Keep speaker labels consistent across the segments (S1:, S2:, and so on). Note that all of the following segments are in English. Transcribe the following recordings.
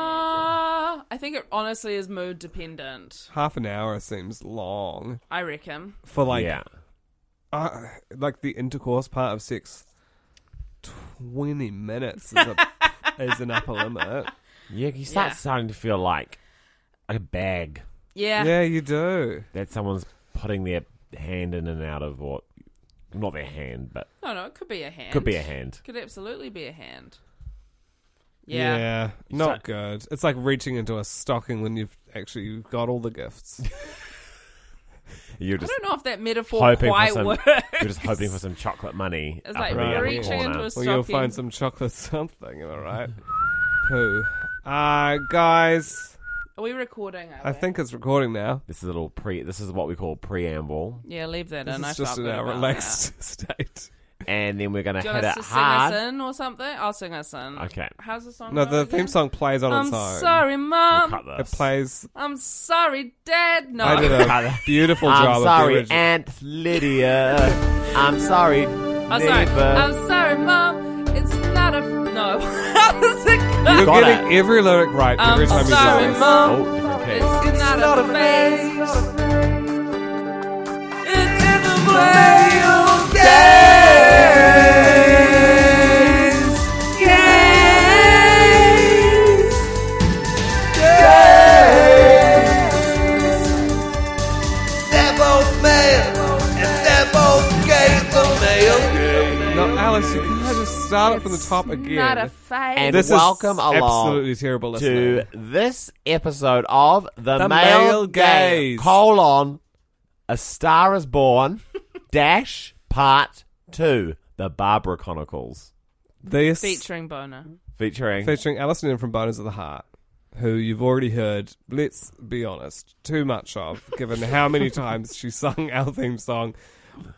S1: Ah, I think it honestly is mood dependent.
S2: Half an hour seems long
S1: I reckon.
S2: for like
S3: yeah.
S2: uh, like the intercourse part of sex. Twenty minutes is, a, is an upper limit.
S3: Yeah, you start
S1: Yeah.
S3: starting to feel like a bag
S1: Yeah.
S2: Yeah, you do.
S3: that someone's putting their hand in and out of, or not their hand, but
S1: No, no, it could be a hand.
S3: could be a hand.
S1: Could absolutely be a hand. Yeah.
S2: not good. It's like reaching into a stocking when you've actually got all the gifts.
S1: I
S3: You're just
S1: don't know if that metaphor
S3: hoping for
S1: quite
S3: some.
S1: works.
S3: You're just hoping for some chocolate money.
S1: It's
S3: up
S1: like
S3: in the other
S1: reaching
S3: corner.
S1: into a
S2: Well, you'll find
S1: stocking.
S2: some chocolate something, am I right? Poo. Uh, guys,
S1: Are we recording? Are
S2: I
S1: we?
S2: think it's recording now.
S3: This is a little pre. This is what we call preamble,
S1: Yeah, leave that
S2: This
S1: in. I
S2: is just
S1: felt
S2: in
S1: good
S2: our
S1: about
S2: relaxed state.
S3: and then we're gonna
S1: That. Do you
S3: hit
S1: want us
S3: it
S1: to sing
S3: hard.
S1: us in or something? I'll sing us in.
S3: Okay.
S1: How's the song?
S2: No,
S1: go
S2: the
S1: again?
S2: theme song plays on
S1: I'm
S2: its own.
S1: sorry,
S3: We'll
S1: mum.
S3: cut
S2: It
S3: this.
S2: plays.
S1: I'm sorry, dad. No.
S2: I did a beautiful job.
S3: I'm
S2: of the
S3: sorry,
S2: original-
S3: Aunt Lydia. I'm sorry,
S1: I'm sorry.
S3: neighbor.
S1: I'm sorry, mum. It's not a no. How does it
S2: You're
S1: go?
S3: Got
S2: getting
S3: it.
S2: every lyric right
S1: I'm
S2: every time
S1: sorry,
S2: you do this.
S1: mum.
S3: Oh, different
S1: It's
S3: case.
S1: not, a phase. It's in the way of days. Days.
S4: They're both male and they're both gay. The male
S2: No, Alice, you can't just start it from the top again.
S1: Not a phase.
S3: And
S2: this
S3: welcome
S2: is
S3: along
S2: absolutely terrible listening.
S3: to this episode of the,
S2: The
S3: male,
S2: Male
S3: Gaze.
S2: Gaze.
S3: colon a star is born dash part two the Barbara Chronicles
S2: This
S1: Featuring Boner.
S3: featuring
S2: featuring Alison in from Boners of the Heart, who you've already heard, let's be honest, too much of, given how many times she sung our theme song,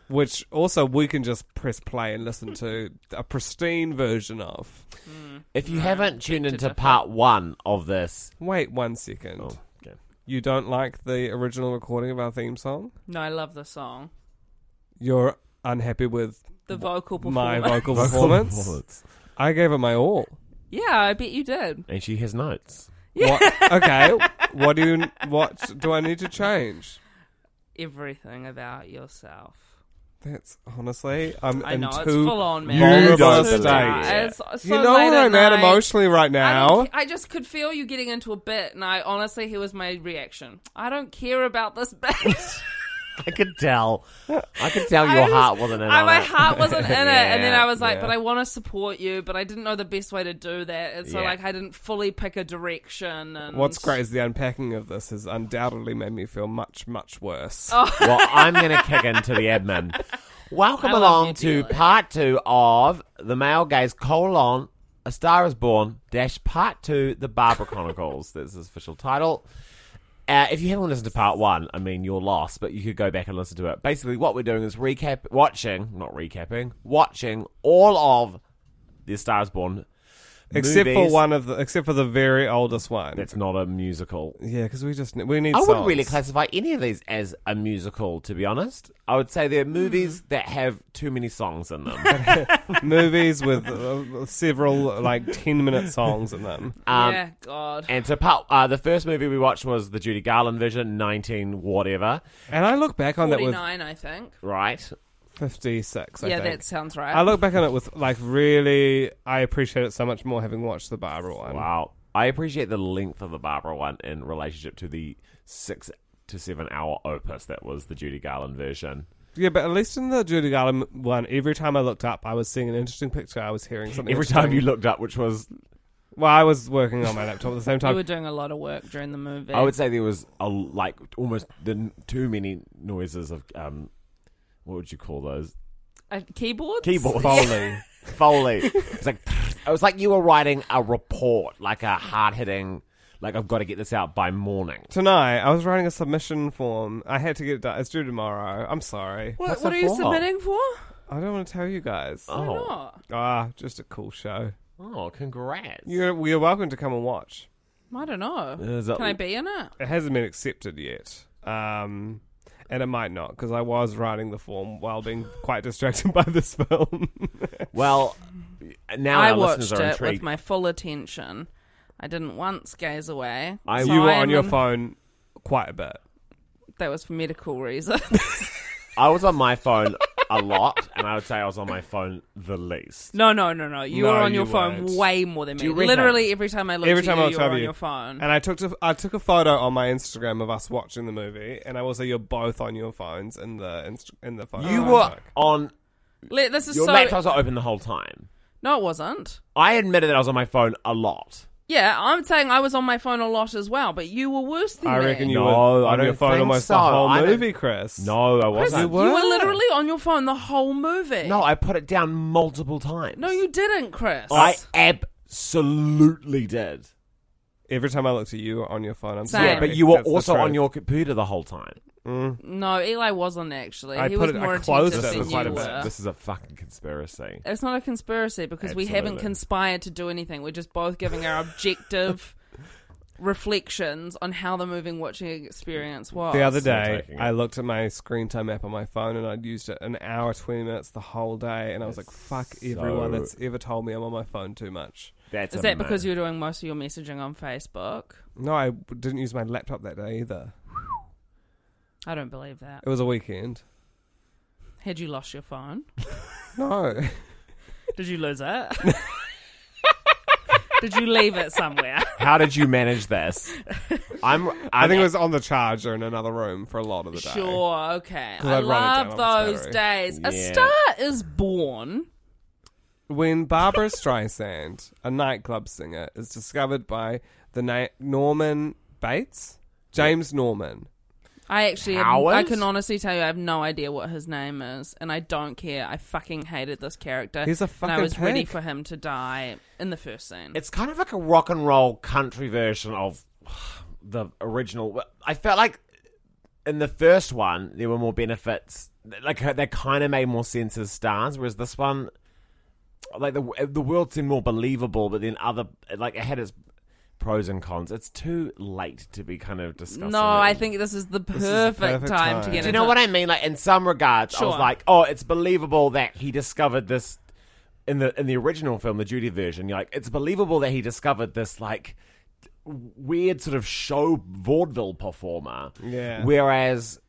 S2: which also we can just press play and listen to a pristine version of.
S3: if you haven't tuned
S1: feature
S3: into
S1: different.
S3: part one of this
S2: Wait one second.
S3: oh, okay.
S2: You don't like the original recording of our theme song?
S1: No, I love the song.
S2: You're unhappy with
S1: The vocal
S2: my
S1: performance.
S2: vocal performance?
S3: Performance.
S2: I gave it my all.
S1: yeah, I bet you did.
S3: and she has notes
S2: What, okay, what do you, what do I need to change?
S1: Everything about yourself.
S2: That's honestly, I'm
S1: I
S2: in
S1: know, it's
S2: two
S1: full on, man.
S3: You
S2: vulnerable
S3: don't
S2: states.
S3: believe it.
S1: It's so
S2: you know
S1: late
S2: where I'm at
S1: night.
S2: emotionally right
S1: I
S2: now.
S1: don't ca- I just could feel you getting into a bit, and I honestly, here was my reaction. I don't care about this bit.
S3: I could tell I could tell
S1: I
S3: your
S1: was-
S3: heart wasn't in
S1: I-
S3: on
S1: my
S3: it.
S1: heart wasn't in it, and then
S3: Yeah,
S1: I was like,
S2: yeah.
S1: "But I want to support you," but I didn't know the best way to do that, and so
S3: Yeah.
S1: like I didn't fully pick a direction. And
S2: What's great is the unpacking of this has undoubtedly made me feel much, much worse.
S1: Oh.
S3: well, I'm going to kick into the admin. Welcome
S1: I love
S3: along
S1: you,
S3: to
S1: Felix.
S3: part two of The Male Gaze colon A Star is Born dash part two The Barbara Chronicles. That's his official title. Uh, if you haven't listened to part one, I mean, you're lost, but you could go back and listen to it. Basically, what we're doing is recap, watching, not recapping, watching all of The Star is Born.
S2: except for
S3: movies.
S2: one of the, except for the very oldest one.
S3: That's not a musical.
S2: yeah, because we just ne- we need.
S3: I wouldn't
S2: songs.
S3: really classify any of these as a musical, to be honest. I would say they're movies that have too many songs in them.
S2: movies with uh, several like ten minute songs in them.
S3: Um,
S1: yeah, God,
S3: And so, part, uh, the first movie we watched was the Judy Garland version, 19 whatever,
S2: And I look back on that
S1: forty
S2: with
S1: nine, I think.
S3: right?
S2: fifty six.
S1: yeah,
S2: I think.
S1: that sounds right.
S2: I look back on it with like really. I appreciate it so much more having watched the Barbara one.
S3: Wow. I appreciate the length of the Barbara one in relationship to the six to seven hour opus that was the Judy Garland version.
S2: Yeah, but at least in the Judy Garland one, every time I looked up, I was seeing an interesting picture. I was hearing something.
S3: Every time you
S2: interesting.
S3: looked up, which was,
S2: well, I was working on my laptop at the same
S1: you
S2: time.
S1: were doing a lot of work during the movie.
S3: I would say there was a, like almost the, n- too many noises of, um, what would you call those?
S1: Uh, keyboards,
S3: Keyboard.
S2: Foley.
S3: Foley. It's like it was like you were writing a report, like a hard hitting, like I've got to get this out by morning.
S2: Tonight, I was writing a submission form. I had to get it done. It's due tomorrow. I'm sorry.
S1: What,
S3: What's
S1: what
S3: that
S1: are you
S3: for?
S1: submitting for?
S2: I don't want to tell you guys.
S1: Why
S3: Oh.
S1: not?
S2: Ah, just a cool show.
S3: Oh, congrats!
S2: You're, you're welcome to come and watch.
S1: I don't know.
S3: Is that-
S1: Can I be in it?
S2: It hasn't been accepted yet. Um, and it might not, because I was writing the form while being quite distracted by this film.
S3: Well, now
S1: I
S3: our
S1: watched
S3: listeners are
S1: it with
S3: intrigued.
S1: my full attention. I didn't once gaze away.
S3: I-
S1: So
S2: you were on
S1: am
S2: your
S1: an-
S2: phone quite a bit.
S1: That was for medical reasons.
S3: I was on my phone a lot, and I would say I was on my phone the least.
S1: no, no, no, no. You
S2: No,
S1: were on
S2: you
S1: your phone
S2: weren't.
S1: way more than me.
S3: you reckon?
S1: Literally every time I looked
S2: Every
S1: at
S2: time
S1: you,
S2: I
S1: you
S2: looked
S1: were
S2: over
S1: on
S2: you.
S1: your phone.
S2: And I took to, I took a photo on my Instagram of us watching the movie, and I will say you're both on your phones in the inst- in the photo.
S3: You
S2: I
S3: were
S2: took.
S3: on
S1: Le- this is
S3: your
S1: so.
S3: laptops are open the whole time.
S1: No, it wasn't.
S3: I admitted that I was on my phone a lot.
S1: Yeah, I'm saying I was on my phone a lot as well, but you were worse than
S2: I
S1: me.
S2: reckon you
S3: No,
S2: were
S3: I
S2: on your
S3: don't
S2: phone
S3: think
S2: almost
S3: so.
S2: the whole
S3: I don't-
S2: movie, Chris.
S3: No, I
S1: Chris,
S3: wasn't.
S1: you were. literally on your phone the whole movie.
S3: No, I put it down multiple times.
S1: no, you didn't, Chris.
S3: I absolutely did.
S2: Every time I looked at you, you were on your phone. I'm
S1: Same.
S2: sorry,
S1: Yeah,
S3: But you were
S2: That's the
S3: also on
S2: truth.
S3: your computer the whole time.
S1: No, Eli wasn't actually.
S2: I
S1: he
S2: put
S1: was
S2: it- I
S1: more
S2: closed
S1: attentive
S2: it
S1: than
S2: for quite
S1: you
S2: a bit.
S1: were.
S3: This is a fucking conspiracy.
S1: It's not a conspiracy because we haven't
S3: Absolutely.
S1: conspired to do anything. We're just both giving our objective reflections on how the moving watching experience was.
S2: The other
S3: still
S2: day,
S3: taking it.
S2: I looked at my screen time app on my phone and I'd used it an hour, 20 minutes the whole day. And I was like, fuck everyone
S3: so-
S2: that's ever told me I'm on my phone too much.
S3: That's
S1: is that because you were doing most of your messaging on Facebook?
S2: No, I w- didn't use my laptop that day either.
S1: I don't believe that.
S2: It was a weekend.
S1: Had you lost your phone?
S2: No.
S1: Did you lose it? Did you leave it somewhere?
S3: How did you manage this? I'm.
S2: I think it was on the charger in another room for a lot of the day.
S1: Sure, okay. I
S2: I'd run it
S1: love
S2: down on
S1: those
S2: Saturday.
S1: days. A
S3: Yeah.
S1: star is born.
S2: When Barbara Streisand, a nightclub singer, is discovered by the na- Norman Bates, James Norman.
S1: I actually,
S3: Howard?
S1: I can honestly tell you, I have no idea what his name is, and I don't care. I fucking hated this character.
S2: He's a
S1: And I
S2: fucking
S1: was ready
S2: pig.
S1: for him to die in the first scene.
S3: It's kind of like a rock and roll country version of the original. I felt like in the first one there were more benefits. Like uh, they kind of made more sense as stars, whereas this one, like the the world seemed more believable. But then other like it had its pros and cons. It's too late to be kind of discussing.
S1: no,
S3: it.
S1: I think this is the perfect,
S2: is the perfect
S1: time, to
S2: time.
S1: get
S3: Do you
S1: into
S3: know what I mean? Like in some regards, I was
S1: Sure.
S3: like, oh, it's believable that he discovered this in the in the original film, the Judy version. You're like, it's believable that he discovered this like weird sort of show vaudeville performer.
S2: Yeah.
S3: Whereas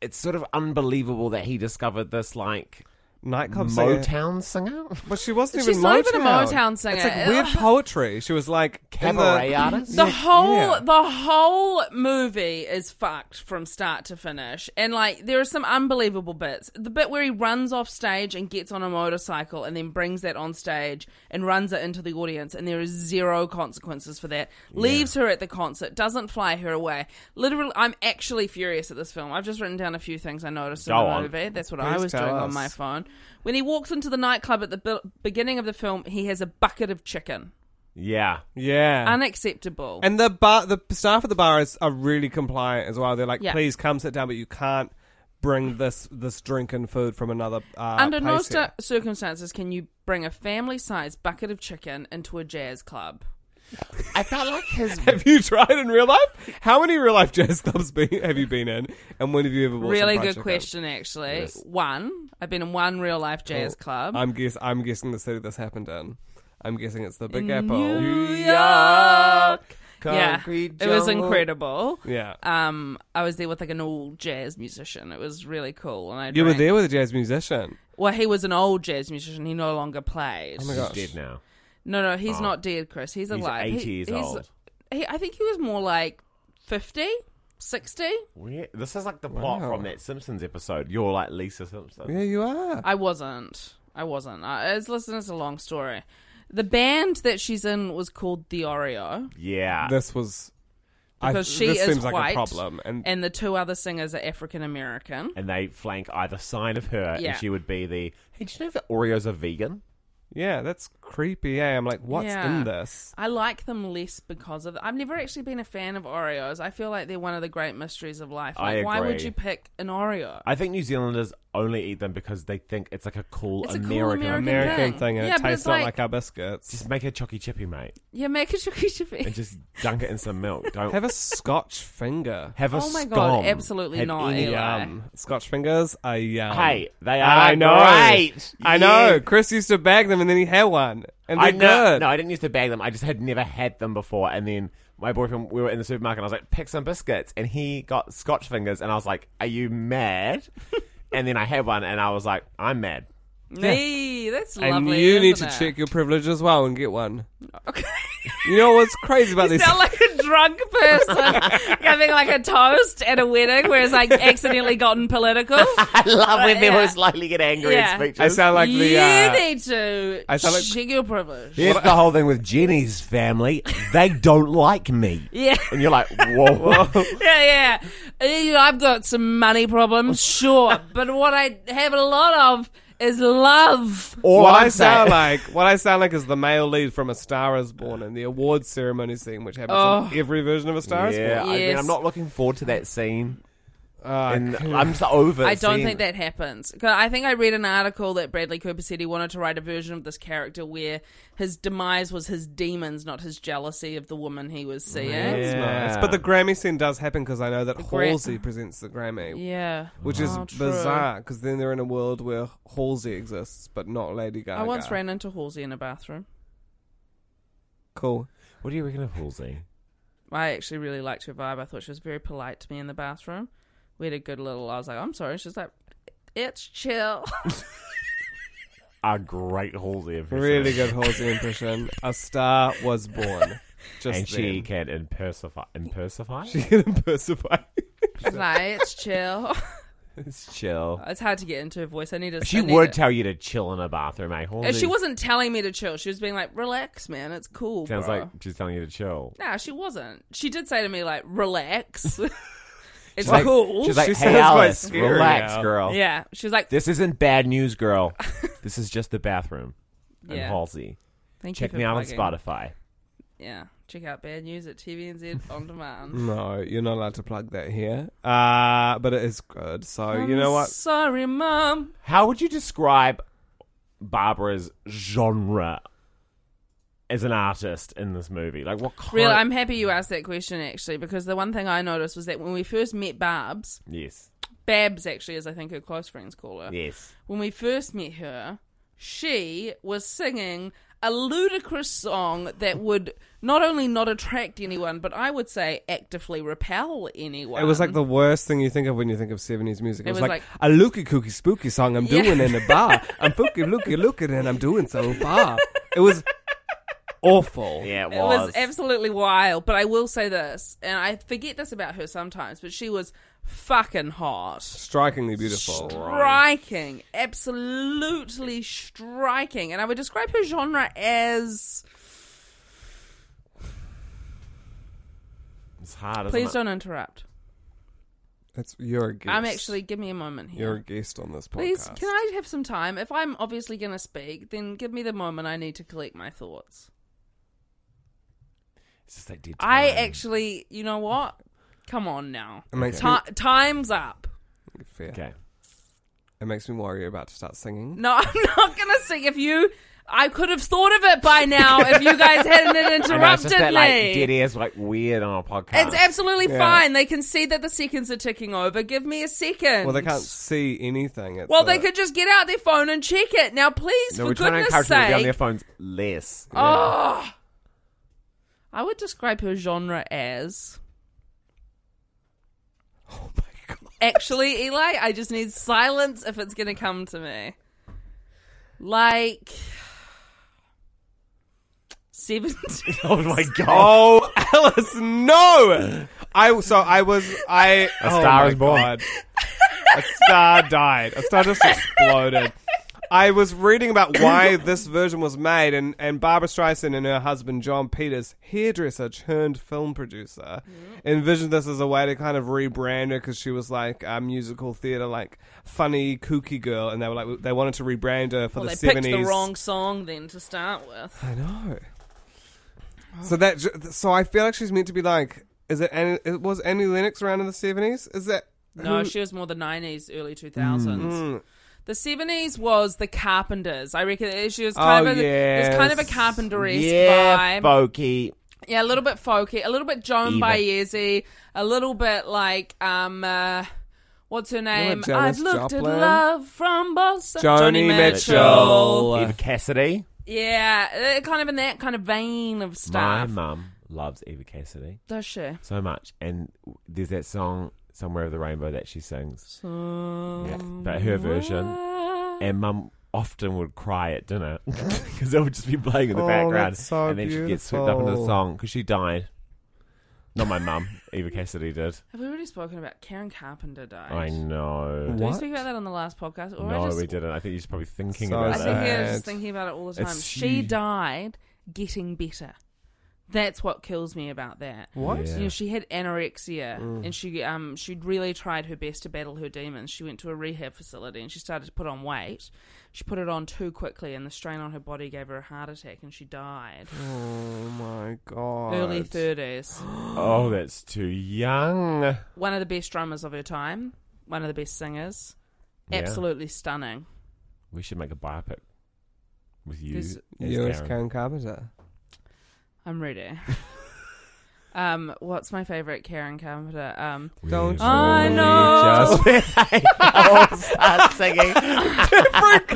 S3: it's sort of unbelievable that he discovered this like
S2: Nightclub singer.
S3: Motown singer.
S2: But she wasn't
S1: She's
S2: even
S1: not
S2: Motown.
S1: even a Motown singer.
S2: It's like weird
S1: Ugh.
S2: poetry. She was like in
S3: Cabaret
S2: the-
S3: artist?
S1: The
S2: Yeah,
S1: whole
S2: yeah.
S1: the whole movie is fucked from start to finish, and like there are some unbelievable bits. The bit where he runs off stage and gets on a motorcycle, and then brings that on stage and runs it into the audience, and there is zero consequences for that. Leaves her at the concert, doesn't fly her away. Literally, I'm actually furious at this film. I've just written down a few things I noticed in
S3: Go
S1: the
S3: on.
S1: movie. That's what I
S2: Please
S1: was
S2: tell
S1: doing on
S2: us.
S1: my phone. When he walks into the nightclub at the be- beginning of the film, he has a bucket of chicken.
S3: yeah.
S2: Yeah.
S1: Unacceptable.
S2: and the bar, the staff at the bar is, are really compliant as well. They're like,
S1: Yeah.
S2: please come sit down, but you can't bring this this drink and food from another uh,
S1: Under no
S2: place
S1: cir-
S2: here.
S1: circumstances can you bring a family-sized bucket of chicken into a jazz club.
S3: I felt like his
S2: Have you tried in real life? How many real life jazz clubs be, have you been in? And when have you ever bought some
S1: really
S2: fried
S1: good
S2: chicken?
S1: question, actually.
S3: Yes.
S1: One, I've been in one real-life jazz club.
S2: I'm guess I'm guessing the city this happened in. I'm guessing it's the Big
S1: In
S2: Apple.
S1: New York. Yeah,
S3: concrete
S1: it was
S3: jungle.
S1: incredible.
S2: yeah.
S1: Um, I was there with like an old jazz musician. It was really cool, and I
S2: you were
S1: drank-
S2: there with a jazz musician.
S1: Well, he was an old jazz musician. He no longer plays.
S2: Oh my
S3: He's
S2: gosh.
S3: dead now.
S1: No, no, he's not dead, Chris. He's alive.
S3: 80
S1: He-
S3: years
S1: he's-
S3: old.
S1: He, I think he was more like 50, 60.
S3: Weird. This is like the plot
S2: Wow.
S3: from that Simpsons episode. You're like Lisa Simpson.
S2: Yeah, you are.
S1: I wasn't. I wasn't. I, it's listen, it's a long story. The band that she's in was called The Oreo,
S3: Yeah.
S2: this was
S1: Uh, Because she
S2: this
S1: is
S2: seems like
S1: white
S2: a problem and,
S1: and the two other singers are African American.
S3: and they flank either side of her,
S1: Yeah.
S3: and she would be the. Hey, do you know that Oreos are vegan?
S2: yeah that's creepy eh? i'm like what's
S1: Yeah.
S2: in this
S1: I like them less because of. I've never actually been a fan of Oreos. I feel like they're one of the great mysteries of life.
S3: I
S1: Like, Why would
S3: agree.
S1: you pick an Oreo?
S3: I think New Zealanders only eat them because they think it's like a cool
S1: It's a cool
S3: American.
S1: American-
S2: American
S1: thing.
S2: thing, and
S1: Yeah,
S2: it
S1: but
S2: tastes
S1: it's
S2: not
S1: like-
S2: like our biscuits.
S3: Just make a chocky chippy, mate,
S1: Yeah, make a chooky chippy.
S3: and just dunk it in some milk. Don't
S2: Have a Scotch finger.
S3: have a
S1: Oh my God,
S3: scone.
S1: absolutely
S3: Have
S1: not,
S3: any-
S1: Eli.
S2: Yum. Scotch fingers are yum.
S3: Hey, they are
S2: I know.
S3: great.
S2: I
S3: Yeah.
S2: know. Chris used to bag them, and then he had one, and they're
S3: I know.
S2: good.
S3: No, I didn't used to bag them. I just had never had them before. And then my boyfriend, we were in the supermarket, and I was like, pick some biscuits. And he got scotch fingers, and I was like, are you mad? and then I had one, and I was like, I'm mad.
S1: Nee, that's lovely.
S2: and you need to
S1: isn't it?
S2: check your privilege as well and get one.
S1: Okay.
S2: You know what's crazy about
S1: You
S2: these?
S1: sound like a drunk person having like a toast at a wedding where it's like accidentally gotten political.
S3: I love when people
S1: yeah.
S3: slightly get angry
S1: Yeah.
S3: and speeches.
S2: I sound like the.
S1: you
S2: Uh,
S1: need to
S2: I sound like-
S1: check your privilege.
S3: Here's the whole thing with Jenny's family. They don't like me.
S1: Yeah.
S3: And you're like, whoa.
S1: yeah, yeah. Eh, I've got some money problems,
S2: Oh.
S1: sure, but what I have a lot of is love.
S3: All
S2: what
S3: I'm
S2: I sound
S3: saying-
S2: like, what I sound like, is the male lead from A Star Is Born and the awards ceremony scene, which happens in every version of A Star Is
S3: Oh. Yeah,
S2: Born.
S3: I mean,
S1: Yes. Ah,
S3: I'm not looking forward to that scene.
S2: Oh,
S3: And
S2: cool.
S3: I'm just over.
S1: I don't
S3: seeing-
S1: think that happens. 'Cause I think I read an article that Bradley Cooper said he wanted to write a version of this character where his demise was his demons, not his jealousy of the woman he was seeing.
S3: Yeah.
S2: It's nice. But the Grammy scene does happen because I know that
S1: Gra-
S2: Halsey presents the Grammy,
S1: Yeah.
S2: which is
S1: Oh,
S2: bizarre
S1: true.
S2: 'cause bizarre because then they're in a world where Halsey exists but not Lady Gaga.
S1: I once ran into Halsey in a bathroom.
S2: Cool.
S3: What do you reckon of Halsey?
S1: I actually really liked her vibe. I thought she was very polite to me in the bathroom. We had a good little. I was like, I'm sorry. She's like, it's chill.
S3: A great Halsey impression.
S2: Really good Halsey impression. A star was born. Just
S3: And
S2: then.
S3: she can impersify. Impersify?
S2: she can impersonate.
S1: She's like, it's chill.
S3: It's chill.
S1: It's hard to get into her voice. I need to.
S3: She
S1: I need
S3: would
S1: it.
S3: tell you to chill in a bathroom, eh? Halsey
S1: And she wasn't telling me to chill. She was being like, relax, man. It's cool.
S3: Sounds
S1: bro.
S3: like she's telling you to chill.
S1: Nah, she wasn't. She did say to me like, "Relax, it's
S3: Like,
S1: cool."
S3: She's like,
S2: She sounds
S3: hey,
S2: quite
S3: Alice,
S2: scary
S3: relax,
S2: now."
S3: girl.
S1: yeah, she was like,
S3: This isn't bad news, girl. this is just the bathroom. And
S1: Yeah.
S3: Halsey.
S1: Thank
S3: Check
S1: you for
S3: me out
S1: plugging.
S3: on Spotify.
S1: Yeah, check out Bad News at TVNZ on demand.
S2: No, you're not allowed to plug that here. Uh, but it is good. So you know what?
S1: Sorry, mom.
S3: How would you describe Barbara's genre as an artist in this movie? Like, what kind?
S1: Really, I'm happy you asked that question actually, because the one thing I noticed was that when we first met Barb's,
S3: Yes.
S1: Babs actually, as I think her close friends call her,
S3: Yes.
S1: when we first met her, she was singing a ludicrous song that would not only not attract anyone, but I would say actively repel anyone.
S2: It was like the worst thing you think of when you think of 70s music. It,
S1: It
S2: was,
S1: was
S2: like,
S1: like-
S2: a looky kooky spooky song I'm
S1: Yeah.
S2: doing in the bar. I'm fooky looky looking and I'm doing so far. It was awful.
S3: Yeah, it
S1: It was
S3: was.
S1: absolutely wild, but I will say this, and I forget this about her sometimes, but she was fucking hot.
S2: Strikingly beautiful.
S1: Striking, absolutely striking. And I would describe her genre as.
S3: it's hard.
S1: Please
S3: isn't
S1: don't interrupt.
S2: That's your guest.
S1: I'm actually. Give me a moment here.
S2: You're a guest on this podcast.
S1: Please, can I have some time? If I'm obviously going to speak, then give me the moment I need to collect my thoughts.
S3: it? It's just like dead
S1: I
S3: time.
S1: actually, you know what? Come on now.
S2: It makes,
S1: Ti- time's up.
S2: me, fair.
S3: Okay.
S2: it makes me worry you're about to start singing.
S1: No, I'm not going to sing. If you, I could have thought of it by now if you guys hadn't
S3: I know, it's
S1: interrupted
S3: just that, like,
S1: me.
S3: dead ears, like, weird on a podcast.
S1: It's absolutely fine. They can see that the seconds are ticking over. Give me a second.
S2: Well, they can't see anything. It's
S1: Well, they
S2: a-
S1: could just get out their phone and check it. Now, please,
S3: uh, No,
S1: for
S3: we're trying to
S1: goodness
S3: encourage them to be on
S1: sake.
S3: their phones less.
S1: Oh. I would describe her genre as.
S2: Oh my god.
S1: Actually, Eli, I just need silence if it's going to come to me. Like. 70.
S3: oh my god!
S2: Oh, Alice, no! I so I was I
S3: A star
S2: oh my
S3: is born.
S2: God. A star died. A star just exploded. I was reading about why this version was made, and, and Barbara Streisand and her husband John Peters, hairdresser turned film producer,
S1: Mm.
S2: envisioned this as a way to kind of rebrand her because she was like a musical theater, like funny, kooky girl, and they were like they wanted to rebrand her for
S1: Well,
S2: the
S1: they picked
S2: seventies.
S1: the wrong song then to start with.
S2: I know. So that ju- so I feel like she's meant to be like is it Annie, it was Annie Lennox around in the seventies? Is that
S1: No, she was more the 90s, early
S3: Hmm.
S1: 2000s. The 70s was the Carpenters. I reckon it- she was kind
S2: Oh,
S1: of a, it was kind of a
S2: yes.
S1: Carpenter-esque
S3: yeah,
S1: vibe.
S3: folky.
S1: yeah, a little bit folky, a little bit Joan
S3: Eva.
S1: Baezzi, a little bit like um uh, what's her name?
S2: Janis
S1: I've looked at
S2: Joplin?
S1: love from Boston.
S2: Joni Mitchell.
S3: Eva Cassidy.
S1: Yeah, uh, kind of in that kind of vein of
S3: My
S1: stuff.
S3: mum loves Eva Cassidy
S1: Does she?
S3: so much, and there's that song "Somewhere of the Rainbow" that she sings, Yeah, but her version. And mum often would cry at dinner because it would just be playing in the
S2: Oh,
S3: background,
S2: that's so
S3: and then she'd get swept up into the
S2: beautiful.
S3: song because she died. Not my mum, Eva Cassidy did.
S1: Have we already spoken about Karen Carpenter died?
S3: I know.
S1: Did we
S2: What?
S1: speak about that on the last podcast? Or
S3: No,
S1: I just,
S3: we didn't. I think you're just probably thinking
S2: So
S3: about
S1: I
S2: did.
S3: that.
S1: think I was just
S2: Sad.
S1: thinking about it all the time.
S3: It's-
S1: she died getting better. That's what kills me about that.
S2: What?
S3: Yeah. Mm.
S1: You know, she had anorexia, and she um she really tried her best to battle her demons. She went to a rehab facility, and she started to put on weight. She put it on too quickly, and the strain on her body gave her a heart attack, and she died.
S2: Oh my god.
S1: Early thirties.
S3: Oh, that's too young.
S1: One of the best drummers of her time. One of the best singers.
S3: Yeah.
S1: Absolutely stunning.
S3: We should make a biopic with you.
S1: There's-
S3: as
S2: You as
S3: Darren.
S2: Karen Carpenter.
S1: I'm ready. um, what's my favorite Karen Carpenter? Um,
S3: We've
S2: Don't
S1: I
S3: only
S1: know.
S3: Just us singing.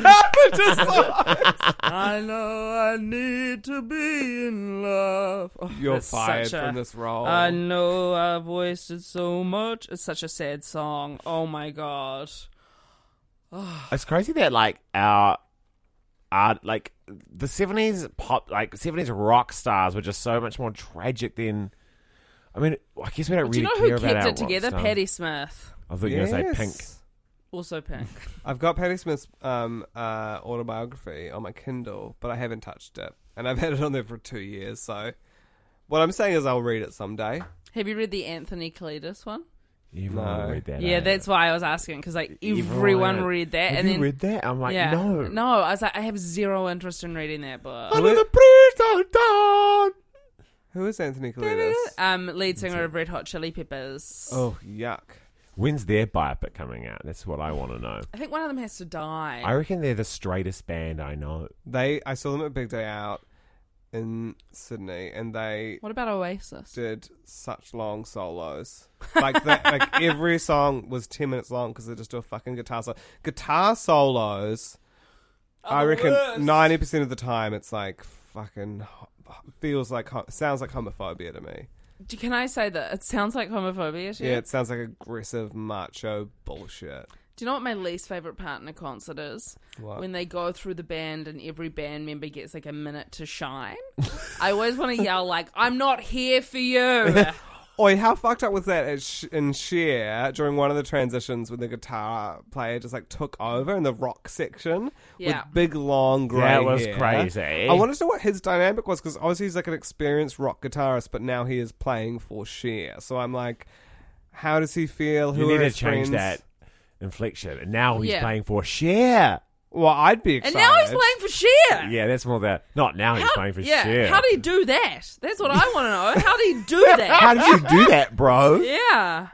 S1: I know I need to be in love. Oh,
S2: You're
S1: that's
S2: fired
S1: such a-
S2: from this role.
S1: I know I've wasted so much. It's such a sad song. Oh my god.
S3: It's crazy that like our art, like the seventies pop, like seventies rock stars were just so much more tragic than. I mean, I guess we don't
S1: Do
S3: really
S1: you know
S3: care
S1: who
S3: about
S1: kept
S3: our
S1: it together?
S3: rock stars.
S1: Patti Smith.
S3: I thought you were going to
S2: Yes.
S3: say Pink.
S1: Also pink.
S2: I've got Patti Smith's um, uh, autobiography on my Kindle, but I haven't touched it, and I've had it on there for two years. So, what I'm saying is, I'll read it someday.
S1: Have you read the Anthony Kiedis one?
S3: Everyone
S2: No.
S3: read that.
S1: Yeah,
S3: eh?
S1: that's why I was asking because like
S3: Everyone.
S1: everyone read that,
S3: Have
S1: and
S3: you
S1: then
S3: read that? I'm like,
S1: yeah,
S3: no,
S1: no, I was like, I have zero interest in reading that book.
S3: Under the bridge, don't down.
S2: Who is Anthony Kiedis?
S1: Um, lead singer of Red Hot Chili Peppers.
S2: Oh yuck!
S3: When's their biopic coming out? That's what I want to know.
S1: I think one of them has to die.
S3: I reckon they're the straightest band I know.
S2: They, I saw them at Big Day Out in Sydney, and they
S1: what about Oasis?
S2: did such long solos. Like that, like every song was ten minutes long because they just do a fucking guitar solo. Guitar solos. I reckon ninety percent of the time it's like fucking feels like ho- sounds like homophobia to me.
S1: D- Can I say that it sounds like homophobia? to you?
S2: Yeah, it sounds like aggressive macho bullshit.
S1: Do you know what my least favorite part in a concert is?
S2: What?
S1: When they go through the band and every band member gets like a minute to shine. I always want to yell like, "I'm not here for you."
S2: Oi, how fucked up was that at Sh- in Cher during one of the transitions when the guitar player just like took over in the rock section
S1: Yeah.
S2: with big long grey
S3: That was
S2: hair.
S3: crazy.
S2: I wanted to know what his dynamic was because obviously he's like an experienced rock guitarist, but now he is playing for Cher. So I'm like, how does he feel? Who are
S3: you need to
S2: his
S3: change
S2: friends?
S3: that inflection. And now he's
S1: Yeah.
S3: playing for Cher.
S2: Well, I'd be
S1: and
S2: excited.
S1: now he's playing for Cher.
S3: Yeah, that's more that. Not now he's
S1: How,
S3: playing for
S1: yeah,
S3: Cher.
S1: how do you do that? That's what I want to know. How do you do that?
S3: How did you do that, bro?
S1: yeah.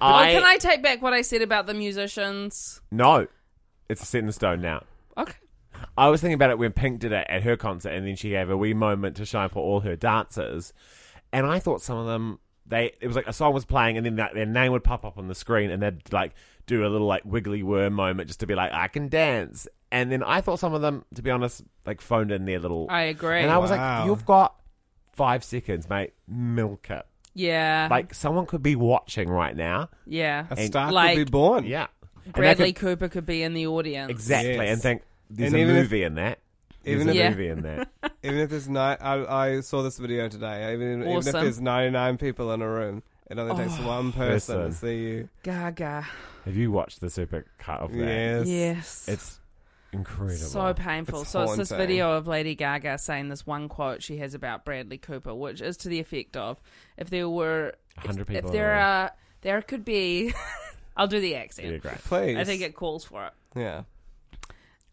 S1: Well,
S3: I,
S1: can I take back what I said about the musicians?
S3: No, it's set in stone now.
S1: Okay.
S3: I was thinking about it when Pink did it at her concert, and then she gave a wee moment to shine for all her dancers. And I thought some of them, they it was like a song was playing, and then like, their name would pop up on the screen, and they'd like do a little like wiggly worm moment just to be like, I can dance. And then I thought some of them, to be honest, like phoned in their little.
S1: I agree.
S3: And I was
S2: Wow.
S3: like, you've got five seconds, mate. Milk it.
S1: yeah.
S3: Like someone could be watching right now.
S1: yeah.
S2: A star
S1: like-
S2: could be born.
S3: Yeah. And they
S1: Bradley
S3: could-
S1: Cooper could be in the audience.
S3: exactly.
S2: Yes.
S3: And think there's
S2: And
S3: a
S2: even if-
S3: movie in that. There's
S2: even
S3: a
S1: if- Yeah.
S3: movie in that.
S2: Even if there's nine, I, I saw this video today. Even, even if
S1: Awesome. Oh.
S2: there's 99 people in a room, it only takes one person
S3: Listen.
S2: to see you.
S1: Gaga.
S3: Have you watched the super cut of that?
S2: Yes.
S1: Yes.
S3: It's incredible.
S1: so painful.
S2: It's
S1: so it's this
S2: haunting.
S1: video of Lady Gaga saying this one quote she has about Bradley Cooper, which is to the effect of, "If there were, if,
S3: 100 people
S1: if
S3: in
S1: there
S3: the room.
S1: are, there could be." I'll do the accent.
S3: Yeah, great.
S2: Please.
S1: I think it calls for it.
S2: Yeah.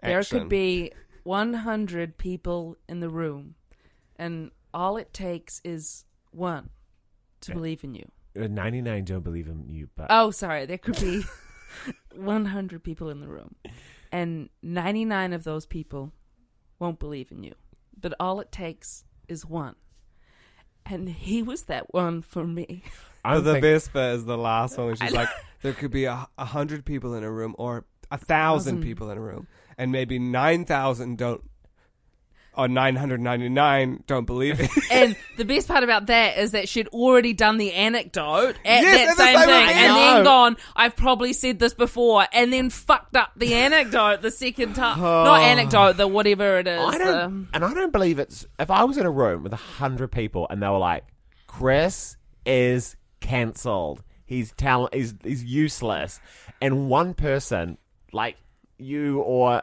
S1: There
S2: Action.
S1: could be 100 people in the room, and all it takes is one to believe in you.
S3: Uh, 99 don't believe in you, but
S1: Oh, sorry. There could be 100 people in the room, and 99 of those people won't believe in you. But all it takes is one. And he was that one for me.
S3: I'm
S2: the
S3: think-
S2: best bit is the last one, which is like there could be a, a hundred people in a room or a thousand people in a room, and maybe nine thousand don't or nine hundred ninety nine don't believe it.
S1: And the best part about that is that she'd already done the anecdote at
S2: Yes,
S1: that
S2: at the
S1: same
S2: same
S1: thing, and
S2: event.
S1: then
S2: No.
S1: gone. I've probably said this before, and then fucked up the anecdote the second time. Not anecdote, the whatever it is.
S3: I don't,
S1: um,
S3: and I don't believe it's. If I was in a room with a hundred people and they were like, "Chris is cancelled. He's talent. He's he's useless," and one person like you or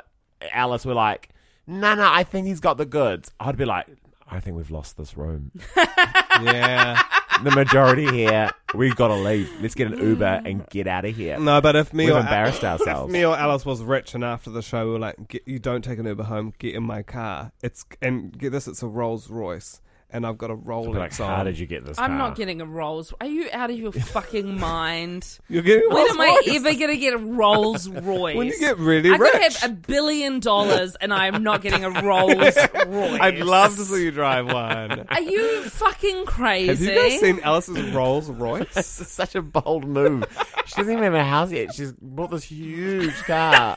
S3: Alice were like, "No, no, I think he's got the goods," I'd be like. I think we've lost this room.
S2: yeah.
S3: The majority here, we've got to leave. Let's get an Uber and get out of here.
S2: No, but if me
S3: We've
S2: or
S3: embarrassed
S2: If
S3: ourselves.
S2: me or Alice was rich, and after the show we were like, get, "You don't take an Uber home. Get in my car. It's and get this. It's a Rolls Royce, and I've got a
S3: Be
S2: Rolex
S3: like,
S2: on.
S3: how did you get this?
S1: I'm
S3: car?"
S1: not getting a Rolls. Are you out of your fucking mind?
S2: You're getting
S1: When
S2: Rolls
S1: am I
S2: Royce.
S1: ever going to get a Rolls Royce?
S2: When you get really
S1: I could
S2: rich.
S1: have a billion dollars and I'm not getting a Rolls Royce.
S2: I'd love to see you drive one.
S1: Are you fucking
S2: Have
S1: crazy?
S2: you guys seen Alice's Rolls Royce?
S3: This is such a bold move. She doesn't even have a house yet. She's bought this huge car.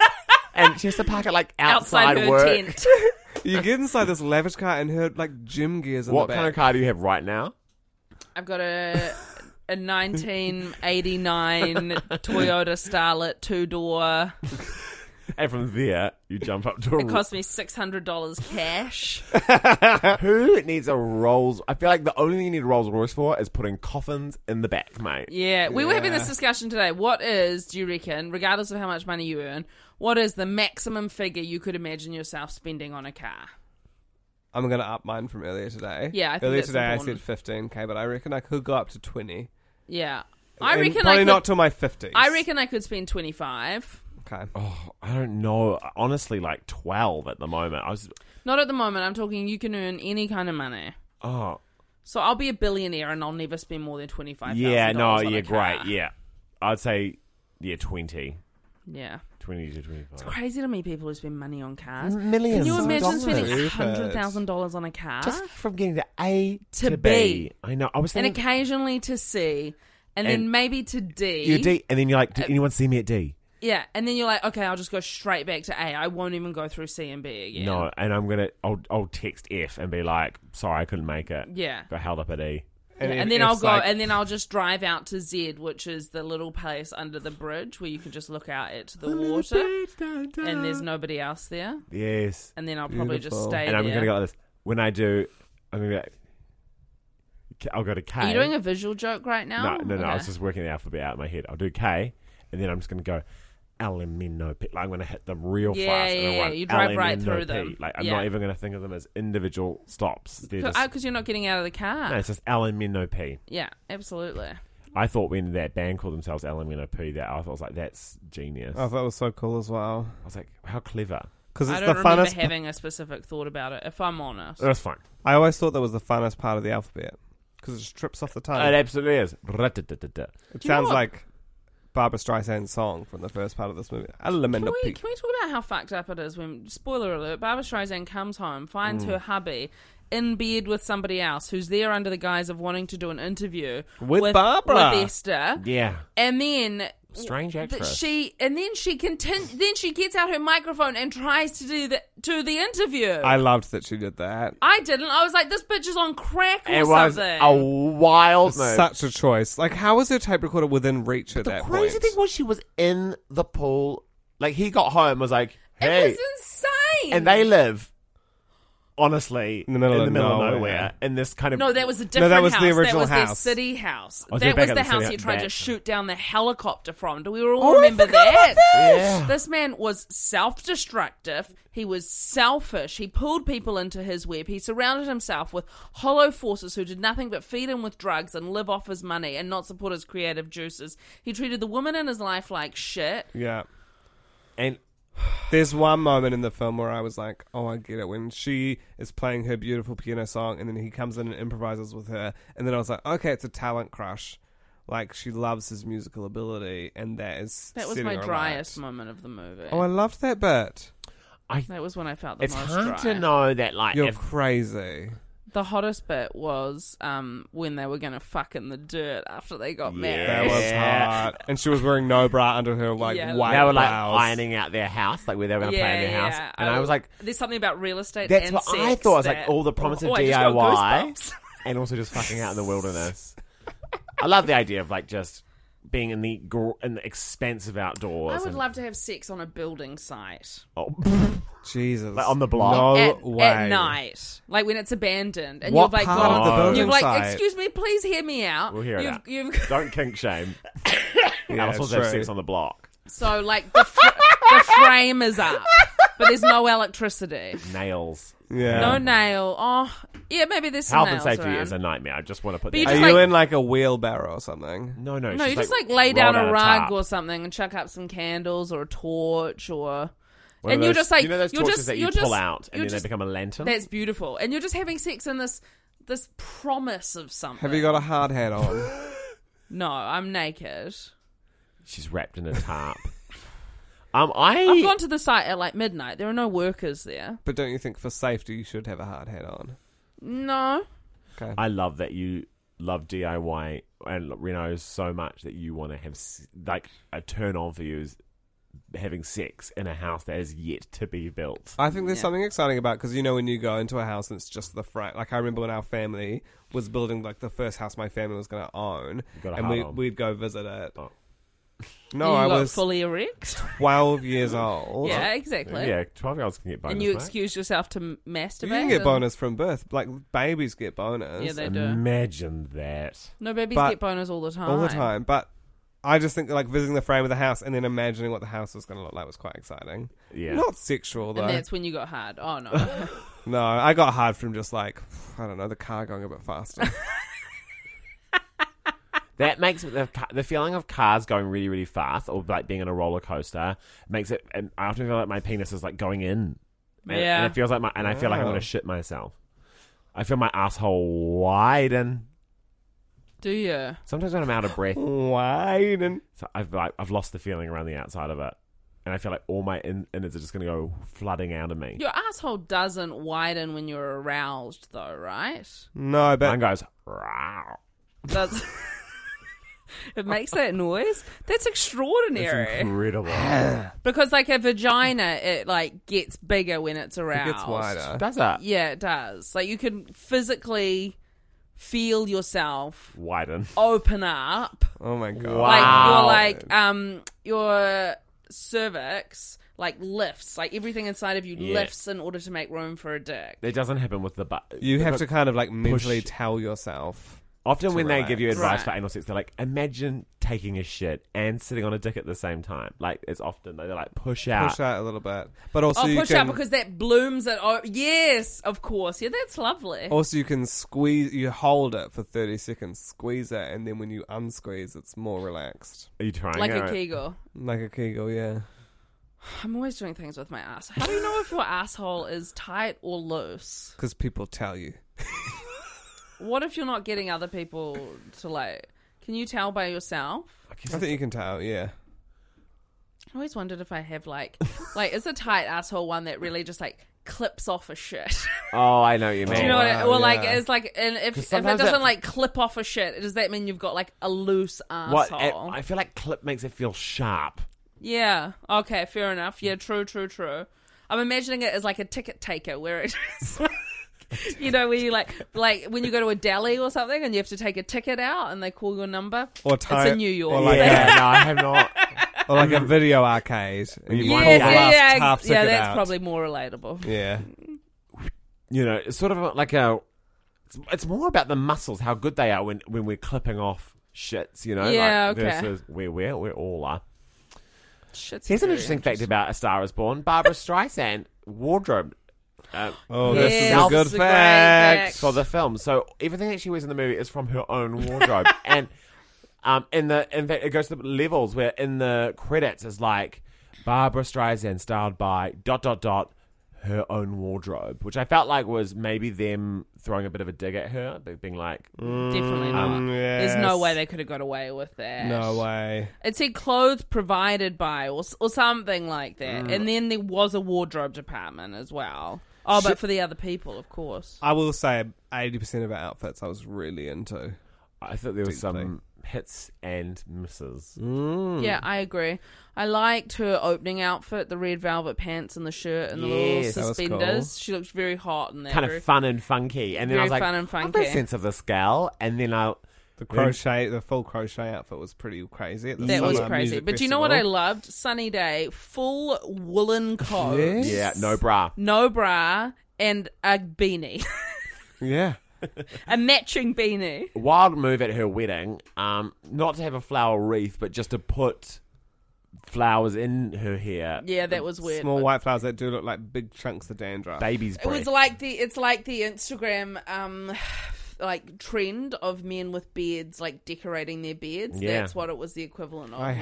S3: And she has to park it like outside,
S1: Outside her
S3: work.
S1: tent.
S2: You get inside this lavish car and her like gym gears in
S3: What
S2: the
S3: kind
S2: back.
S3: of car do you have right now?
S1: I've got a a 1989 Toyota Starlet two door.
S3: And from there, you jump up to a.
S1: It cost me six hundred dollars cash.
S3: Who needs a Rolls? I feel like the only thing you need a Rolls Royce for is putting coffins in the back, mate.
S1: Yeah, we were having
S2: Yeah.
S1: this discussion today. What is, do you reckon, regardless of how much money you earn, what is the maximum figure you could imagine yourself spending on a car?
S2: I'm gonna up mine from earlier today.
S1: Yeah, I think
S2: earlier
S1: that's
S2: today
S1: important.
S2: I said 15k, but I reckon I could go up to 20.
S1: Yeah, I
S2: And
S1: reckon I
S2: probably
S1: could.
S2: not till my 50s.
S1: I reckon I could spend twenty five.
S2: Okay.
S3: Oh, I don't know. Honestly, like 12 at the moment. I was.
S1: Not at the moment. I'm talking. You can earn any kind of money.
S3: Oh.
S1: So I'll be a billionaire and I'll never spend more than twenty five.
S3: Yeah, no, yeah, great. Yeah. I'd say, yeah, 20.
S1: yeah.
S3: 20 to 25.
S1: Crazy to me, people who spend money on cars. Can
S3: Millions.
S1: you
S3: of
S1: imagine
S3: dollars.
S1: spending
S2: Stupid.
S1: hundred thousand dollars on a car
S3: just from getting to A
S1: Ah. To
S3: to,
S1: B.
S3: B. I know. I was
S1: and
S3: thinking
S1: occasionally to C, and, then
S3: And-
S1: maybe to D.
S3: you're D, and then you're like, did
S1: Uh,
S3: anyone see me at D?
S1: Yeah, and then you're like, okay, I'll just go straight back to A. I won't even go through C and B again.
S3: No, and I'm gonna, I'll, I'll text F and be like, sorry, I couldn't make it.
S1: Yeah.
S3: got held up at E.
S1: And,
S2: if-
S1: then
S2: if
S1: I'll
S2: it's
S1: go,
S2: like-
S1: and then I'll just drive out to Z, which is the little place under the bridge where you can just look out at the water, and there's nobody else there.
S3: Yes,
S1: And then I'll probably just
S2: Beautiful.
S1: stay
S3: and I'm
S1: there.
S3: gonna go like this. When I do, I'm gonna be like, K- I'll go to K.
S1: Are you doing a visual joke right now?
S3: no, no, no. I
S1: Okay.
S3: was just working the alphabet out in my head. I'll do K, and then I'm just gonna go. Aluminopy. Like I'm gonna hit them real
S1: Yeah,
S3: fast. and
S1: yeah,
S3: I
S1: yeah,
S3: want
S1: you drive right through
S3: Aluminopy.
S1: them.
S3: Like I'm
S1: Yeah.
S3: not even gonna think of them as individual stops. They're just,
S1: Because oh, you're not getting out of the car.
S3: No, it's just LMNOP.
S1: Yeah, absolutely.
S3: I thought when that band called themselves LMNOP, that I thought I was like, that's genius.
S2: I thought it was so cool as well
S3: I was like, how clever.
S2: because
S1: I
S2: it's
S1: don't
S2: the
S1: remember
S2: funnest.
S1: having a specific thought about it, if I'm honest.
S3: That's fine.
S2: I always thought that was the funnest part of the alphabet because it just trips off the tongue.
S3: It absolutely is. Ra-da-da-da-da.
S2: it
S1: Do you know
S2: sounds
S1: what-
S2: like Barbara Streisand's song from the first part of this movie.
S1: Can
S2: Elemental
S1: we,
S2: peak.
S1: can we talk about how fucked up it is when, spoiler alert, Barbara Streisand comes home,
S3: Mm.
S1: finds her hubby in bed with somebody else who's there under the guise of wanting to do an interview
S2: With Barbara.
S1: with Esther,
S3: Yeah.
S1: and then
S3: Strange
S1: that
S3: actress.
S1: she and then she contin- then she gets out her microphone and tries to do the to the interview.
S2: I loved that she did that.
S1: I didn't. I was like, this bitch is on crack or
S3: It was
S1: something.
S3: a wild move.
S2: Such a choice. Like, how was her tape recorder within reach at
S3: the
S2: that
S3: crazy
S2: point?
S3: thing was she was in the pool. Like, he got home was like,
S1: It
S3: hey.
S1: was insane.
S3: and they live, honestly,
S2: In the middle
S3: in
S2: of
S3: the middle
S2: nowhere.
S3: of nowhere. In this kind of...
S1: No, that was a
S2: No,
S1: different
S2: that was the
S1: house.
S2: original
S1: that was
S2: house.
S1: their city house.
S3: Oh, so
S1: that
S3: back
S1: was
S3: at
S1: the
S3: the city
S1: house he
S3: house
S1: tried to
S3: back.
S1: shoot down the helicopter from. Do we all
S2: Oh, I
S1: remember
S2: forgot
S1: that?
S2: about
S3: Yeah.
S1: This man was self-destructive. He was selfish. He pulled people into his web. He surrounded himself with hollow forces who did nothing but feed him with drugs and live off his money and not support his creative juices. He treated the women in his life like shit.
S2: yeah.
S3: And
S2: There's one moment in the film where I was like, "Oh, I get it." When she is playing her beautiful piano song, and then he comes in and improvises with her, and then I was like, "Okay, it's a talent crush." like she loves his musical ability, and that is
S1: That was
S2: setting
S1: my
S2: her
S1: driest
S2: alight.
S1: moment of the movie.
S2: Oh, I loved that bit.
S1: that was when I felt the
S3: It's
S1: most
S3: hard
S1: dry.
S3: to know that, like,
S2: You're
S3: if
S2: crazy.
S1: The hottest bit was um, when they were going to fuck in the dirt after they got
S3: Yeah.
S1: married.
S2: That was
S3: Yeah.
S2: hot, and she was wearing no bra under her like
S1: Yeah,
S2: white
S3: they were like
S2: blouse.
S3: ironing out their house, like where they were going to play in their house, and I, was like,
S1: there's something about real estate.
S3: That's
S1: and
S3: what I
S1: sex
S3: thought. I was like,
S1: Oh, that- Oh,
S3: all the promise of
S1: I just got
S3: DIY.
S1: goosebumps.
S3: and also just fucking out in the wilderness. I love the idea of like just being in the gr- in the expansive outdoors.
S1: I would
S3: and-
S1: love to have sex on a building site
S3: Oh.
S2: Jesus,
S3: Like, on the block.
S2: No
S1: at,
S2: way.
S1: at night, like when it's abandoned, and
S2: What
S1: you've like
S2: part
S1: got
S3: of the
S1: a-
S3: building
S1: you've like,
S2: site?
S1: excuse me, please hear me out.
S3: We'll hear it
S1: you've,
S3: out.
S1: you've
S3: Don't kink shame.
S2: Yeah,
S3: Alice wants to have
S2: true.
S3: sex on the block.
S1: so like the, fr- the frame is up, but there's no electricity,
S3: Nails.
S2: Yeah.
S1: no nail. Oh, yeah, maybe there's some
S3: Health and
S1: nails
S3: safety
S1: around.
S3: is a nightmare. I just want to put.
S1: But
S3: that
S1: you
S2: Are
S1: just
S2: you
S1: like-
S2: in like a wheelbarrow or something?
S3: no, no.
S1: No,
S3: she's
S1: you just like, lay down
S3: roll
S1: a
S3: tarp.
S1: rug or something and chuck up some candles or a torch or.
S3: One of
S1: and you're
S3: those-
S1: just like
S3: you know those
S1: you're
S3: torches
S1: just
S3: that you
S1: you're
S3: pull
S1: just,
S3: out and
S1: you're
S3: then
S1: just,
S3: they become a lantern.
S1: That's beautiful, and you're just having sex in this this promise of something.
S2: Have you got a hard hat on?
S1: No, I'm naked.
S3: She's wrapped in a tarp. um, I
S1: I've gone to the site at like midnight. There are no workers there.
S2: but don't you think for safety you should have a hard hat on?
S1: No,
S2: Okay.
S3: I love that you love DIY and Reno so much that you want to have s- like a turn on for you is having sex in a house that is yet to be built.
S2: I think there's
S1: Yeah.
S2: something exciting about because you know when you go into a house and it's just the front. Like I remember when our family was building like the first house my family was going to own,
S3: got a
S2: and
S3: hard
S2: we
S3: on.
S2: we'd go visit it.
S3: Oh.
S2: No,
S1: you
S2: I
S1: got
S2: was
S1: fully erect.
S2: 12 years old.
S1: yeah, exactly.
S3: Yeah, twelve year olds can get bonus.
S1: and you
S3: mate.
S1: excuse yourself to m- masturbate.
S2: You can get
S1: and-
S2: bonus from birth. Like babies get bonus
S1: Yeah, they do.
S3: Imagine that.
S1: No babies
S2: But-
S1: get bonus all the time.
S2: all the time, but. I just think like visiting the frame of the house and then imagining what the house was going to look like was quite exciting.
S3: Yeah.
S2: Not sexual though.
S1: And that's when you got hard. Oh no.
S2: No, I got hard from just like I don't know the car going a bit faster.
S3: That makes it- the ca- the feeling of cars going really really fast or like being in a roller coaster makes it. And I often feel like my penis is like going in. And,
S1: Yeah.
S3: And it feels like my and I feel like I'm
S2: Wow.
S3: gonna shit myself. I feel my asshole widen.
S1: Do you?
S3: Sometimes when I'm out of breath,
S2: Wide and
S3: So I've like I've lost the feeling around the outside of it, and I feel like all my in- innards are just going to go flooding out of me.
S1: Your asshole doesn't widen when you're aroused, though, right?
S2: no, but
S3: Mine goes. "Row."
S1: Does it makes that noise? That's
S3: It's
S1: extraordinary.
S3: incredible.
S1: because, like a vagina, it like gets bigger when it's
S2: it
S1: aroused.
S2: gets wider.
S3: Does that
S1: Yeah, it does. Like you can physically feel yourself
S3: widen?
S1: open up.
S2: Oh my god!
S1: Like
S3: Wow.
S2: Ah.
S1: you're like um your cervix like lifts. Like everything inside of you
S3: Yeah.
S1: lifts in order to make room for a dick.
S3: It doesn't happen with the butt.
S2: you have to kind of like mentally
S3: Push.
S2: tell yourself.
S3: Often when they
S2: relax.
S3: give you advice
S1: Right.
S3: for anal sex, they're like, imagine taking a shit and sitting on a dick at the same time. Like it's often they're like push out.
S2: Push out a little bit, but also
S1: oh,
S2: you
S1: push
S2: can
S1: out because that blooms it. Oh, yes, of course. Yeah, that's lovely.
S2: also you can squeeze. You hold it for thirty seconds, squeeze it, and then when you unsqueeze, it's more relaxed,
S3: Are you trying?
S1: like
S3: it?
S1: a Kegel.
S2: like a Kegel. Yeah,
S1: I'm always doing things with my ass. How do you know if your asshole is tight or loose?
S2: because people tell you.
S1: What if you're not getting other people to like? Can you tell by yourself?
S2: I think you can tell. Yeah,
S1: I always wondered if I have like, like, is a tight asshole one that really just like clips off a shit?
S3: Oh, I know what you mean.
S1: you know what? I,
S2: wow,
S1: or like,
S2: yeah.
S1: it's like, and if if it doesn't
S3: sometimes that-
S1: like clip off a shit, does that mean you've got like a loose
S3: What? eh,
S1: asshole?
S3: I I feel like clip makes it feel sharp.
S1: Yeah. Okay. Fair enough. Yeah. True. True. True. I'm imagining it as like a ticket taker, where it is, you know, where you like, like when you go to a deli or something, and you have to take a ticket out, and they call your number.
S2: or time
S1: it's in New York.
S2: or like,
S3: yeah, no, I have not.
S2: or like a video arcade. And
S3: You
S2: you
S3: might
S2: pull
S1: Yes,
S2: the
S1: yeah,
S2: last
S1: yeah,
S2: half
S1: yeah,
S2: ticket
S1: that's
S2: out.
S1: probably more relatable.
S2: yeah.
S3: you know, it's sort of like a. It's, it's more about the muscles, how good they are when, when we're clipping off shits, you know?
S1: Yeah,
S3: like,
S1: okay.
S3: Versus where we're, we're all are.
S1: Shit's
S3: Here's an
S1: very
S3: interesting fact about A Star is Born Barbara Streisand wardrobe uh,
S2: Oh,
S1: Yeah,
S2: this is
S1: this
S2: a good
S1: is a great
S2: fact.
S1: fact.
S3: for the film. So everything that she wears in the movie is from her own wardrobe. and um, in the in fact, it goes to the levels where in the credits is like Barbara Streisand styled by dot dot dot her own wardrobe, which I felt like was maybe them throwing a bit of a dig at her, but being like,
S1: Definitely not.
S2: Mm, yeah.
S1: There's no
S2: Yes.
S1: way they could have got away with that.
S2: No way.
S1: It said clothes provided by or, s- or something like that. And then there was a wardrobe department as well. Oh, but for the other people, of course.
S2: I will say 80% of our outfits I was really into.
S3: I thought there were
S2: Didn't play.
S3: some hits and misses.
S1: Mm.
S2: Hmm.
S1: Yeah, I agree. I liked her opening outfit, the red velvet pants and the shirt and the
S3: Yes.
S1: little
S2: That was cool.
S1: suspenders. She looked very hot in that.
S3: Kind
S1: very-
S3: of fun and funky. And then I
S1: Very
S3: was like,
S1: fun and
S3: "I've no
S1: funky."
S3: sense of this gal. And then I.
S2: The
S3: Then-
S2: crochet, the full crochet outfit was pretty crazy. At the
S1: that was
S2: summer
S1: crazy.
S2: music
S1: But do you know what I
S2: festival.
S1: loved? Sunny day, full woolen coat,
S2: Yes.
S3: Yeah, no bra.
S1: no bra, and a beanie,
S2: Yeah.
S1: a matching beanie.
S3: Wild move at her wedding. Um, not to have a flower wreath, but just to put flowers in her hair.
S1: Yeah, that was weird.
S2: Small
S1: but-
S2: white flowers that do look like big chunks of dandruff.
S3: Baby's
S1: It was
S3: breath.
S1: like the it's like the Instagram um like trend of men with beards like decorating their beards.
S3: Yeah.
S1: That's what it was the equivalent of.
S2: I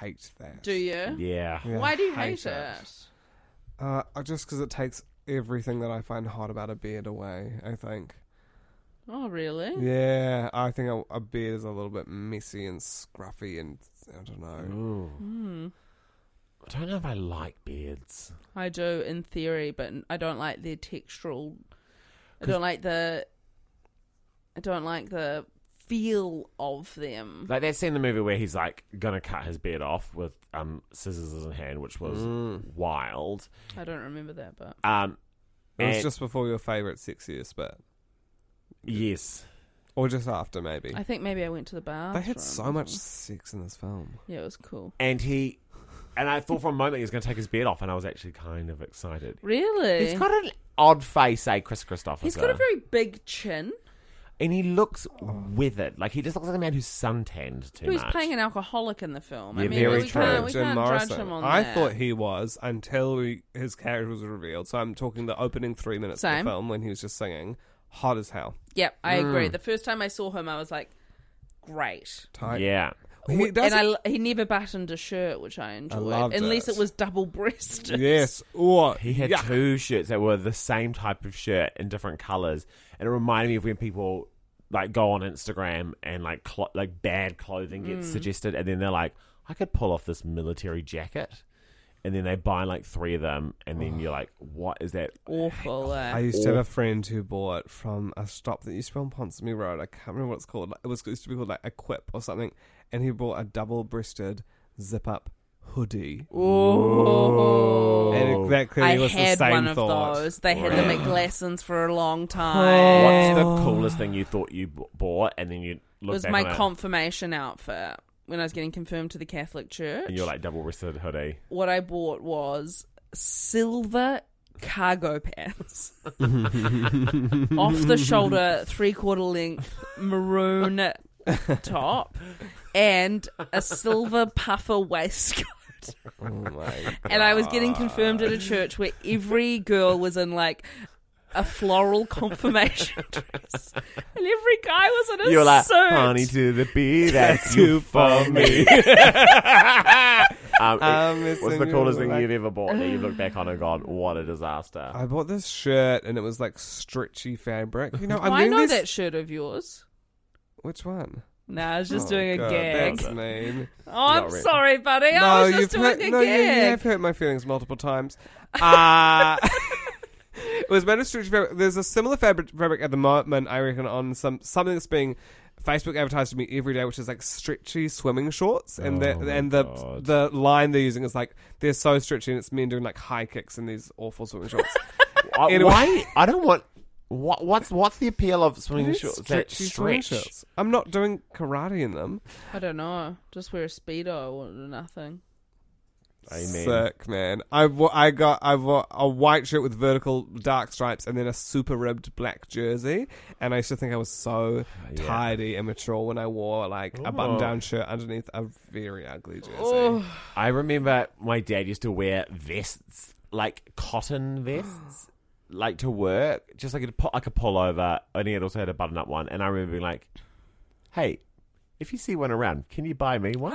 S2: hate that.
S1: Do you?
S3: yeah.
S2: Yeah,
S1: Mm. Why do you
S2: hate
S1: hate, it?
S2: Uh, I- just because it takes everything that I find hot about a beard away, I think.
S1: Oh really?
S2: Yeah, I think a, a beard is a little bit messy and scruffy and I don't know.
S3: Ooh. I don't know if I like beards.
S1: I do in theory, but I don't like the textural I don't like the I don't like the feel of them.
S3: Like that scene in the movie where he's like gonna cut his beard off with um scissors in hand, which
S1: Mm.
S3: was wild.
S1: I don't remember that but
S3: Um,
S2: It was
S3: and-
S2: just before your favourite sexiest bit.
S3: yes,
S2: Or just after, maybe.
S1: I think maybe I went to the bar.
S2: They had so much sex in this film.
S1: Yeah, it was cool.
S3: and he, and I thought for a moment he was gonna take his beard off, and I was actually kind of excited.
S1: Really?
S3: He's got an odd face, eh, Chris Christopher.
S1: He's got a very big chin.
S3: and he looks withered. Like he just looks like a man who's suntanned too
S1: He was
S3: much.
S1: playing an alcoholic in the film. I
S3: Yeah,
S1: mean,
S3: very
S1: we
S3: true.
S1: can't, we
S2: Jim
S1: can't
S2: Morrison.
S1: judge him on
S2: I
S1: that.
S2: thought he was until he, his character was revealed. So I'm talking the opening three minutes of
S1: Same.
S2: the film when he was just singing. Hot as hell.
S1: Yep, I
S2: Mm.
S1: agree. The first time I saw him, I was like, great.
S2: Tight.
S3: yeah,
S2: He does
S1: and I, he never buttoned a shirt, which I enjoyed,
S2: loved
S1: unless
S2: it.
S1: it was double breasted.
S2: Yes. Or
S3: He had
S2: yeah.
S3: two shirts that were the same type of shirt in different colors, and it reminded me of when people like go on Instagram and like clo- like bad clothing gets suggested, and then they're like, "I could pull off this military jacket," and then they buy like three of them, and then you're like, "What is that?"
S1: Awful.
S2: I
S1: Uh,
S2: used to have a friend who bought from a shop that used to be on Ponsonby Road. I can't remember what it's called. It was it used to be called like Equip or something. And he bought a double-breasted zip-up hoodie,
S1: Ooh.
S2: and it- that clearly
S1: I
S2: was the
S1: had
S2: same
S1: one of
S2: thought.
S1: those. They had them at
S3: Right.
S1: Glasson's for a long
S3: What's
S1: time.
S3: the coolest thing you thought you b- bought, and then you
S1: It
S3: look
S1: was
S3: back
S1: my
S3: on it,
S1: confirmation outfit when I was getting confirmed to the Catholic Church.
S3: and you're like double wristed hoodie.
S1: what I bought was silver cargo pants, off the shoulder, three quarter length maroon top, and a silver puffer waistcoat.
S2: Oh my!
S1: And I was getting confirmed at a church where every girl was in like a floral confirmation dress, and every guy was in a
S3: You're like,
S1: suit.
S3: honey to the bee, that's you for me. um,
S2: I'm
S3: What's
S2: missing
S3: the
S2: you,
S3: coolest thing
S2: like- Uh,
S3: you've ever bought that you look back on and gone, what a disaster?
S2: I bought this shirt, and it was like stretchy fabric. You know,
S1: Oh,
S2: I'm
S1: I
S2: doing
S1: know
S2: this-
S1: that shirt of yours.
S2: Which one?
S1: Nah, I was just
S2: Oh,
S1: doing a
S2: God,
S1: gag.
S2: That's mean.
S1: Oh, I'm
S3: really.
S1: sorry, buddy. I was just doing
S2: hurt,
S1: a
S2: no, you- You,
S1: gig.
S2: have hurt my feelings multiple times. Uh, it was made of stretchy fabric. There's a similar fabric, fabric at the moment, I reckon, on some something that's being Facebook advertised to me every day, which is like stretchy swimming shorts, and
S3: Oh
S2: the
S3: my
S2: and the
S3: God.
S2: the line they're using is like they're so stretchy, and it's men doing like high kicks in these awful swimming shorts.
S3: I,
S2: Anyway.
S3: why? I don't want. What, what's what's the appeal of swimming
S2: They're
S3: shorts? That
S2: swimming
S3: stretch.
S2: shorts. I'm not doing karate in them.
S1: I don't know. Just wear a speedo or nothing.
S3: Amen.
S2: Sick man. I wa- I got I wa- a white shirt with vertical dark stripes and then a super ribbed black jersey. And I used to think I was so
S3: Yeah.
S2: tidy and mature when I wore like a button down shirt underneath a very ugly jersey.
S3: I remember my dad used to wear vests, like cotton vests, like to work, just like a pu- like a pullover, and he had also had a button up one. And I remember being like, "Hey, if you see one around, can you buy me one?"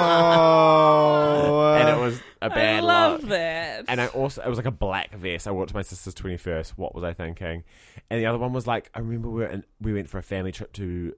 S2: Oh,
S3: and it was a
S1: I
S3: Oh, bad
S1: love
S3: look.
S1: that.
S3: And I also it was like a black vest. I wore it to my sister's twenty first. What was I thinking? And the other one was like I remember we were in, we went for a family trip to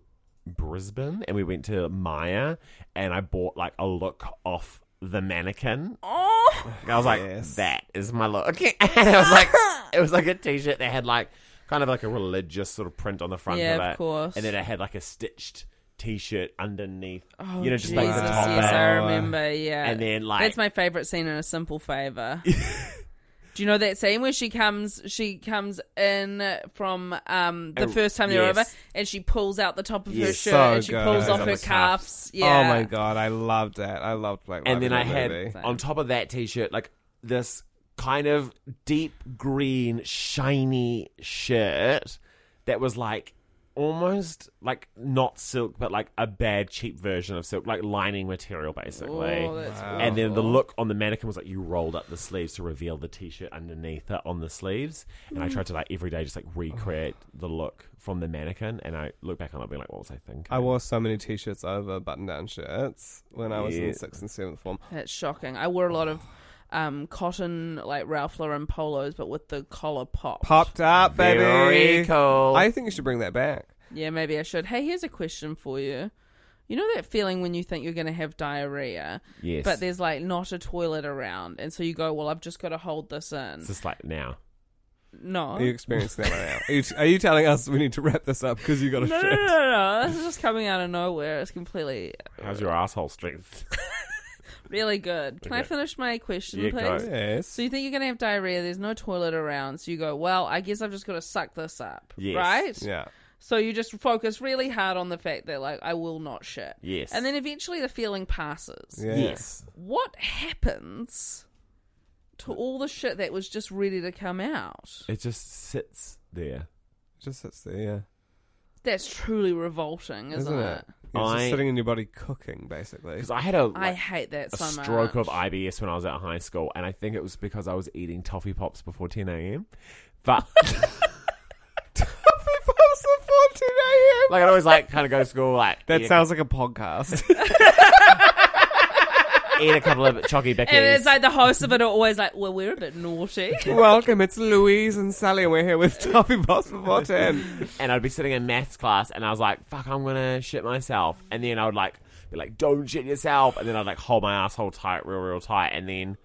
S3: Brisbane and we went to Maya and I bought like a look off the mannequin.
S1: Oh,
S3: I was like,
S2: Yes.
S3: that is my look. and it was like it was like a t shirt that had like kind of like a religious sort of print on the front
S1: Yeah,
S3: of it.
S1: of course.
S3: And then it had like a stitched t shirt underneath.
S1: oh
S3: you know, just
S1: Jesus,
S3: like the top
S1: yes, I
S3: bit.
S1: remember. Yeah,
S3: And then like
S1: That's my favorite scene in A Simple Favor. Do you know that scene where she comes she comes in from um the
S3: Oh,
S1: first time they're
S3: yes.
S1: over and she pulls out the top of her
S3: Yes.
S1: shirt
S2: So
S1: and she
S2: good.
S1: pulls
S2: Pulls
S1: off
S3: off
S1: her
S3: her
S1: cuffs.
S3: cuffs.
S1: Yeah.
S2: Oh my god, I loved that. I loved Black Lives
S3: and then I had
S2: Movie.
S1: Same.
S3: on top of that t-shirt like this kind of deep green shiny shirt that was like almost like not silk but like a bad cheap version of silk like lining material basically
S1: Oh, that's
S2: Wow.
S3: and then the
S1: awful.
S3: look on the mannequin was like you rolled up the sleeves to reveal the t-shirt underneath it on the sleeves and
S1: Mm.
S3: i tried to like every day just like recreate the look from the mannequin and i look back on it being like what was i thinking
S2: I wore so many t-shirts over button-down shirts when I was
S3: Yeah.
S2: in sixth and seventh form.
S1: That's shocking. I wore a lot of um cotton like Ralph Lauren polos but with the collar popped.
S2: Popped up, baby.
S3: very cool
S1: Oh.
S2: I think you should bring that back.
S1: Yeah, maybe I should. Hey, here's a question for you. You know that feeling when you think you're going to have diarrhea,
S3: yes
S1: but there's like not a toilet around, and so you go, "Well, I've just got to hold this in."
S3: it's just like now
S1: No,
S2: Are you experiencing that right now? Are you, are you telling us we need to wrap this up because you got a
S1: no, no,
S2: shit?
S1: no, no, no. This is just coming out of nowhere. It's completely,
S3: How's your asshole strength?
S1: really good. Can I
S3: Okay.
S1: finish my question,
S3: Yeah,
S1: please?
S3: go.
S2: Yes.
S1: So you think you're going to have diarrhea? There's no toilet around, so you go, "Well, I guess I've just got to suck this up,"
S3: Yes.
S1: right?
S2: yeah.
S1: So you just focus really hard on the fact that, like, I will not shit.
S3: Yes.
S1: And then eventually the feeling passes.
S2: Yeah.
S3: yes.
S1: What happens to all the shit that was just ready to come out?
S3: It just sits there.
S2: Just sits there, yeah.
S1: That's truly revolting, isn't,
S2: Isn't
S1: it?
S2: it? Yeah, it's
S3: I-
S2: just sitting in your body cooking, basically.
S3: Because I had a,
S1: I
S3: like,
S1: hate that
S3: a
S1: so much.
S3: stroke of IBS when I was at high school, and I think it was because I was eating toffee pops before 10 a.m. But
S2: Toffee Pops at 14 a.m.
S3: like I'd always like kind of go to school like
S2: That
S3: eat, a-
S2: sounds like a podcast.
S3: eat a couple of chocky bickies.
S1: And it's like the hosts of it are always like, well, we're a bit naughty.
S2: Welcome, it's Louise and Sally, and we're here with Toffee Pops before 10.
S3: and I'd be sitting in maths class, and I was like, "Fuck, I'm gonna shit myself." And then I would like be like, "Don't shit yourself," and then I'd like hold my asshole tight, real, real tight, and then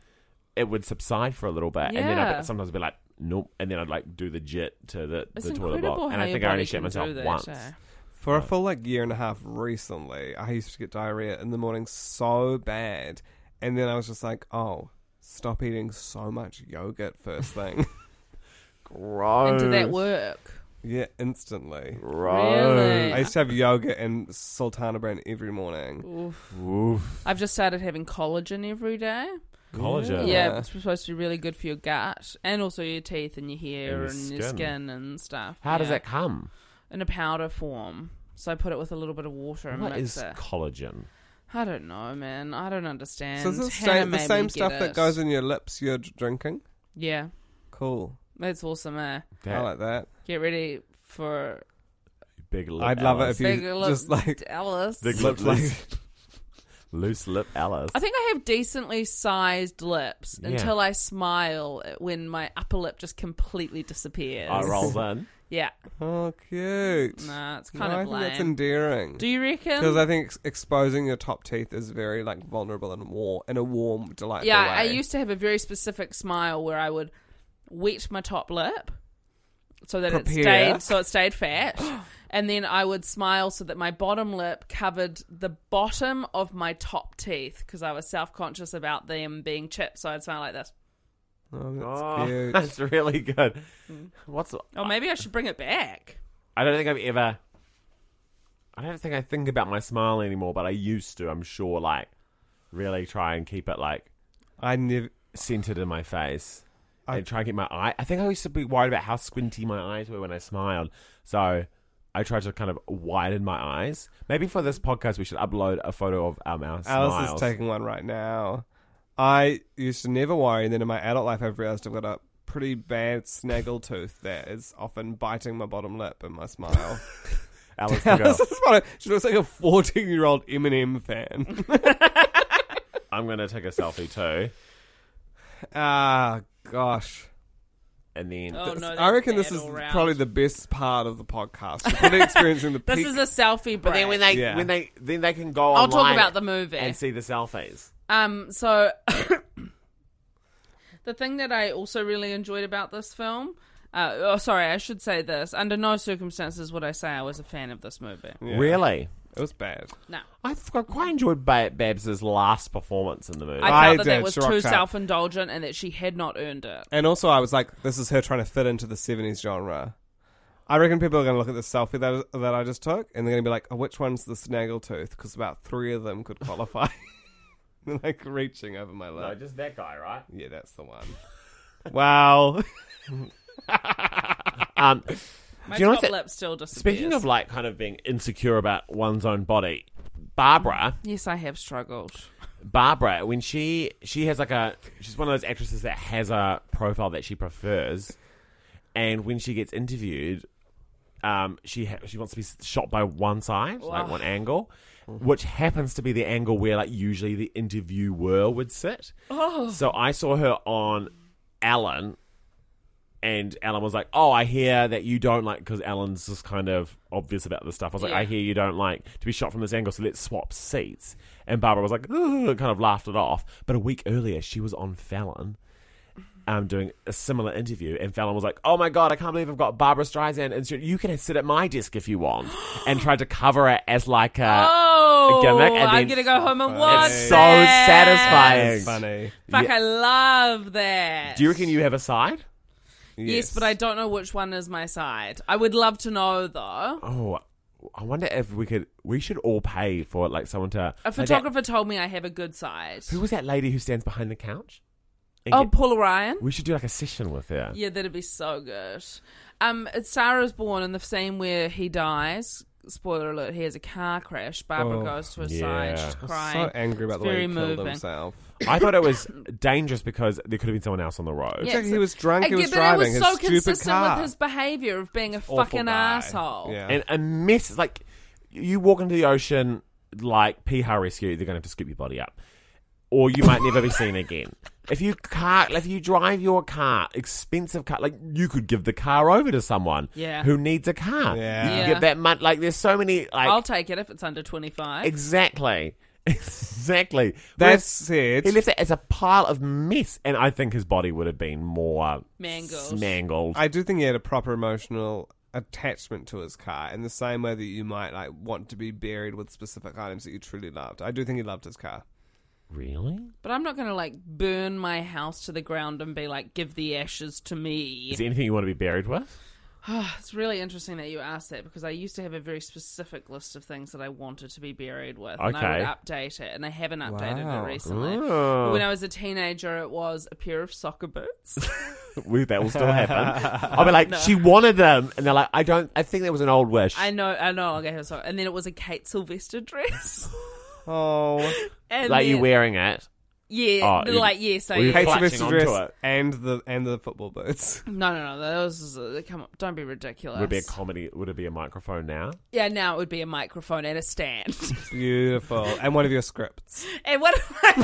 S3: it would subside for a little bit, and then
S1: Yeah.
S3: I'd sometimes be like, "Nope," and then I'd like do the jit to the,
S1: It's
S3: the toilet
S1: incredible
S3: block,
S1: how
S3: and I
S1: your
S3: think I
S1: body
S3: only
S1: can
S3: shit myself
S1: do that,
S3: once.
S1: eh?
S2: For a full like year and a half recently, I used to get diarrhea in the morning so bad, and then I was just like, oh, stop eating so much yogurt first thing.
S3: Gross.
S1: And did that work?
S2: yeah, instantly.
S1: Really?
S2: I used to have yogurt and sultana brand every morning.
S1: Oof.
S3: Oof.
S1: I've just started having collagen every day.
S3: Collagen.
S1: Yeah, it's supposed to be really good for your gut and also your teeth and your hair and,
S3: And your
S1: your
S3: skin.
S1: skin and stuff.
S3: How does
S1: yeah.
S3: that come?
S1: In a powder form. So I put it with a uh, little bit of water and
S3: What
S1: mix
S3: is
S1: it.
S3: collagen?
S1: I don't know, man. I don't understand.
S2: so is this
S1: Hannah
S2: sta- the
S1: made me
S2: same
S1: get
S2: stuff
S1: it.
S2: that goes in your lips you're d- drinking?
S1: Yeah,
S2: Cool.
S1: that's awesome. Eh?
S3: That
S2: I like that.
S1: Get ready for
S3: big lip.
S2: I'd love it
S3: Alice.
S2: if you
S1: big lip,
S2: just like
S1: Alice.
S3: big lip,
S2: looked like
S3: loose, loose lip Alice.
S1: I think I have decently sized lips
S3: Yeah.
S1: until I smile when my upper lip just completely disappears.
S3: I rolls in.
S1: Yeah,
S2: oh cute.
S1: nah, it's
S2: No,
S1: kind
S2: I
S1: of
S2: think
S1: lame.
S2: that's endearing.
S1: Do you reckon?
S2: Because I think ex- exposing your top teeth is very like vulnerable and warm in a warm, delightful
S1: yeah,
S2: way.
S1: I used to have a very specific smile where I would wet my top lip so that it
S2: Prepare.
S1: stayed so it stayed fat. And then I would smile so that my bottom lip covered the bottom of my top teeth because I was self conscious about them being chipped. So I'd smile like this.
S2: Oh, that's
S3: Oh,
S2: cute.
S3: that's really good. What's
S1: Oh, maybe I should bring it back.
S3: I don't think I've ever. I don't think I think about my smile anymore, but I used to. I'm sure, like, really try and keep it like
S2: I never.
S3: centered in my face.
S2: I-
S3: and try and get my eye. I think I used to be worried about how squinty my eyes were when I smiled, so I tried to kind of widen my eyes. Maybe for this podcast, we should upload a photo of um, our smiles.
S2: Alice is taking one right now. I used to never worry, and then in my adult life, I've realized I've got a pretty bad snaggle tooth that is often biting my bottom lip and my smile.
S3: Alice, the girl.
S2: Alice is one of- she looks like a 14 year old Eminem fan.
S3: I'm gonna take a selfie too.
S2: ah, gosh.
S3: and then
S1: Oh, no,
S2: I reckon
S1: that's
S2: this
S1: bad
S2: is
S1: all round.
S2: probably the best part of the podcast. You're probably experiencing the
S1: This
S2: peak.
S1: is a selfie break.
S3: But then when they
S2: Yeah.
S3: when they then they can go
S1: I'll talk
S3: online
S1: about the movie.
S3: and see the selfies.
S1: Um, so the thing that I also really enjoyed about this film. Uh, oh, sorry, I should say this. Under no circumstances would I say I was a fan of this movie.
S2: Yeah.
S3: Really,
S2: It was bad.
S1: No.
S3: I th- I quite enjoyed ba- Babs's last performance in the movie.
S1: I
S2: I
S1: felt that that
S2: did,
S1: was
S2: she rocked
S1: too
S2: out.
S1: self indulgent and that she had not earned it.
S2: And also, I was like, this is her trying to fit into the 70s genre. I reckon people are going to look at this selfie that, that I just took and they're going to be like, oh, which one's the snaggletooth? Because about three of them could qualify. They're, like reaching over my
S3: no,
S2: leg.
S3: just that guy, right?
S2: Yeah, that's the one. wow.
S3: Um,
S1: My
S3: you know
S1: top
S3: that-
S1: lip still disappears.
S3: speaking of like kind of being insecure about one's own body, Barbara,
S1: Yes, I have struggled.
S3: Barbara, when she she has like a she's one of those actresses that has a profile that she prefers, and when she gets interviewed, um, she ha- she wants to be s- shot by one side, like one angle, which happens to be the angle where like usually the interviewer would sit. Oh, so I saw her on Alan. And Alan was like, "Oh, I hear that you don't like because Alan's just kind of obvious about this stuff." I was like,
S1: Yeah.
S3: "I hear you don't like to be shot from this angle, so let's swap seats." And Barbara was like, "Ugh," kind of laughed it off. But a week earlier, she was on Fallon, um, doing a similar interview, and Fallon was like, "Oh my god, I can't believe I've got Barbara Streisand, and she, you can sit at my desk if you want," and tried to cover it as like a.
S1: oh,
S3: gimmick and
S1: I'm
S3: then-
S1: going to go home and watch
S3: It's so
S1: that.
S3: satisfying. Yes.
S2: Funny.
S1: Fuck,
S3: Yeah.
S1: I love that.
S3: Do you reckon you have a side?
S1: Yes, but I don't know which one is my side. I would love to know though.
S3: Oh, I wonder if we could. We should all pay for like someone to
S1: A
S3: like that-
S1: photographer told me I have a good side.
S3: who was that lady who stands behind the couch? And
S1: Oh,
S3: get-
S1: Paul Ryan.
S3: we should do like a session with her.
S1: Yeah, that'd be so good. Um, it's Sarah's born in the scene where he dies. Spoiler alert: he has a car crash. Barbara
S2: Oh,
S1: goes to his
S3: yeah.
S1: side. She's
S2: I'm
S1: crying.
S2: so angry about
S1: It's
S2: the way
S1: very
S2: he
S1: moving.
S2: killed himself.
S3: I thought it was dangerous because there could have been someone else on the road.
S1: Yeah,
S2: Jack,
S1: it's-
S2: he was drunk, he
S1: Again,
S2: was
S1: but
S2: driving
S1: it was
S2: his
S1: so
S2: stupid
S1: consistent
S2: car.
S1: with his behaviour of being a
S2: Awful
S1: fucking
S2: guy.
S1: asshole.
S2: Yeah.
S3: And a mess it's like you walk into the ocean like Piha Rescue, they're gonna have to scoop your body up. Or you might never be seen again. If you car if you drive your car, expensive car like you could give the car over to someone
S1: Yeah.
S3: who needs a car.
S2: Yeah.
S3: You could
S1: Yeah.
S3: give that much like there's so many like
S1: I'll take it if it's under twenty-five.
S3: Exactly. Exactly.
S2: that
S3: Whereas
S2: said,
S3: he left it as a pile of mess, and I think his body would have been more
S1: Mangled.
S3: mangled.
S2: I do think he had a proper emotional attachment to his car in the same way that you might like want to be buried with specific items that you truly loved. I do think he loved his car.
S3: really?
S1: but I'm not going to like burn my house to the ground and be like, "Give the ashes to me."
S3: Is there anything you want to be buried with?
S1: It's really interesting that you asked that because I used to have a very specific list of things that I wanted to be buried with, and I
S3: Okay.
S1: would update it, and I haven't updated
S2: Wow.
S1: it recently.
S3: Oh.
S1: When I was a teenager, it was a pair of soccer boots.
S3: We- that will still happen. I'll be like, she wanted them, and they're like, I don't. I think that was an old wish.
S1: I know, I know, I'll get her soccer. And then it was a Kate Sylvester dress.
S2: Oh,
S1: And
S3: like you
S1: then-
S3: wearing it.
S1: yeah,
S3: Oh,
S1: the-
S3: you-
S1: like yeah. So
S3: Well, you-
S1: yeah.
S2: Kate
S3: Clutching
S2: Sylvester's
S3: onto
S2: dress
S3: it.
S2: and the and the football boots.
S1: no, no, no, that was come on, don't be ridiculous.
S3: Would it be a comedy? Would it be a microphone now?
S1: yeah, now it would be a microphone and a stand,
S2: Beautiful, and one of your scripts.
S1: and what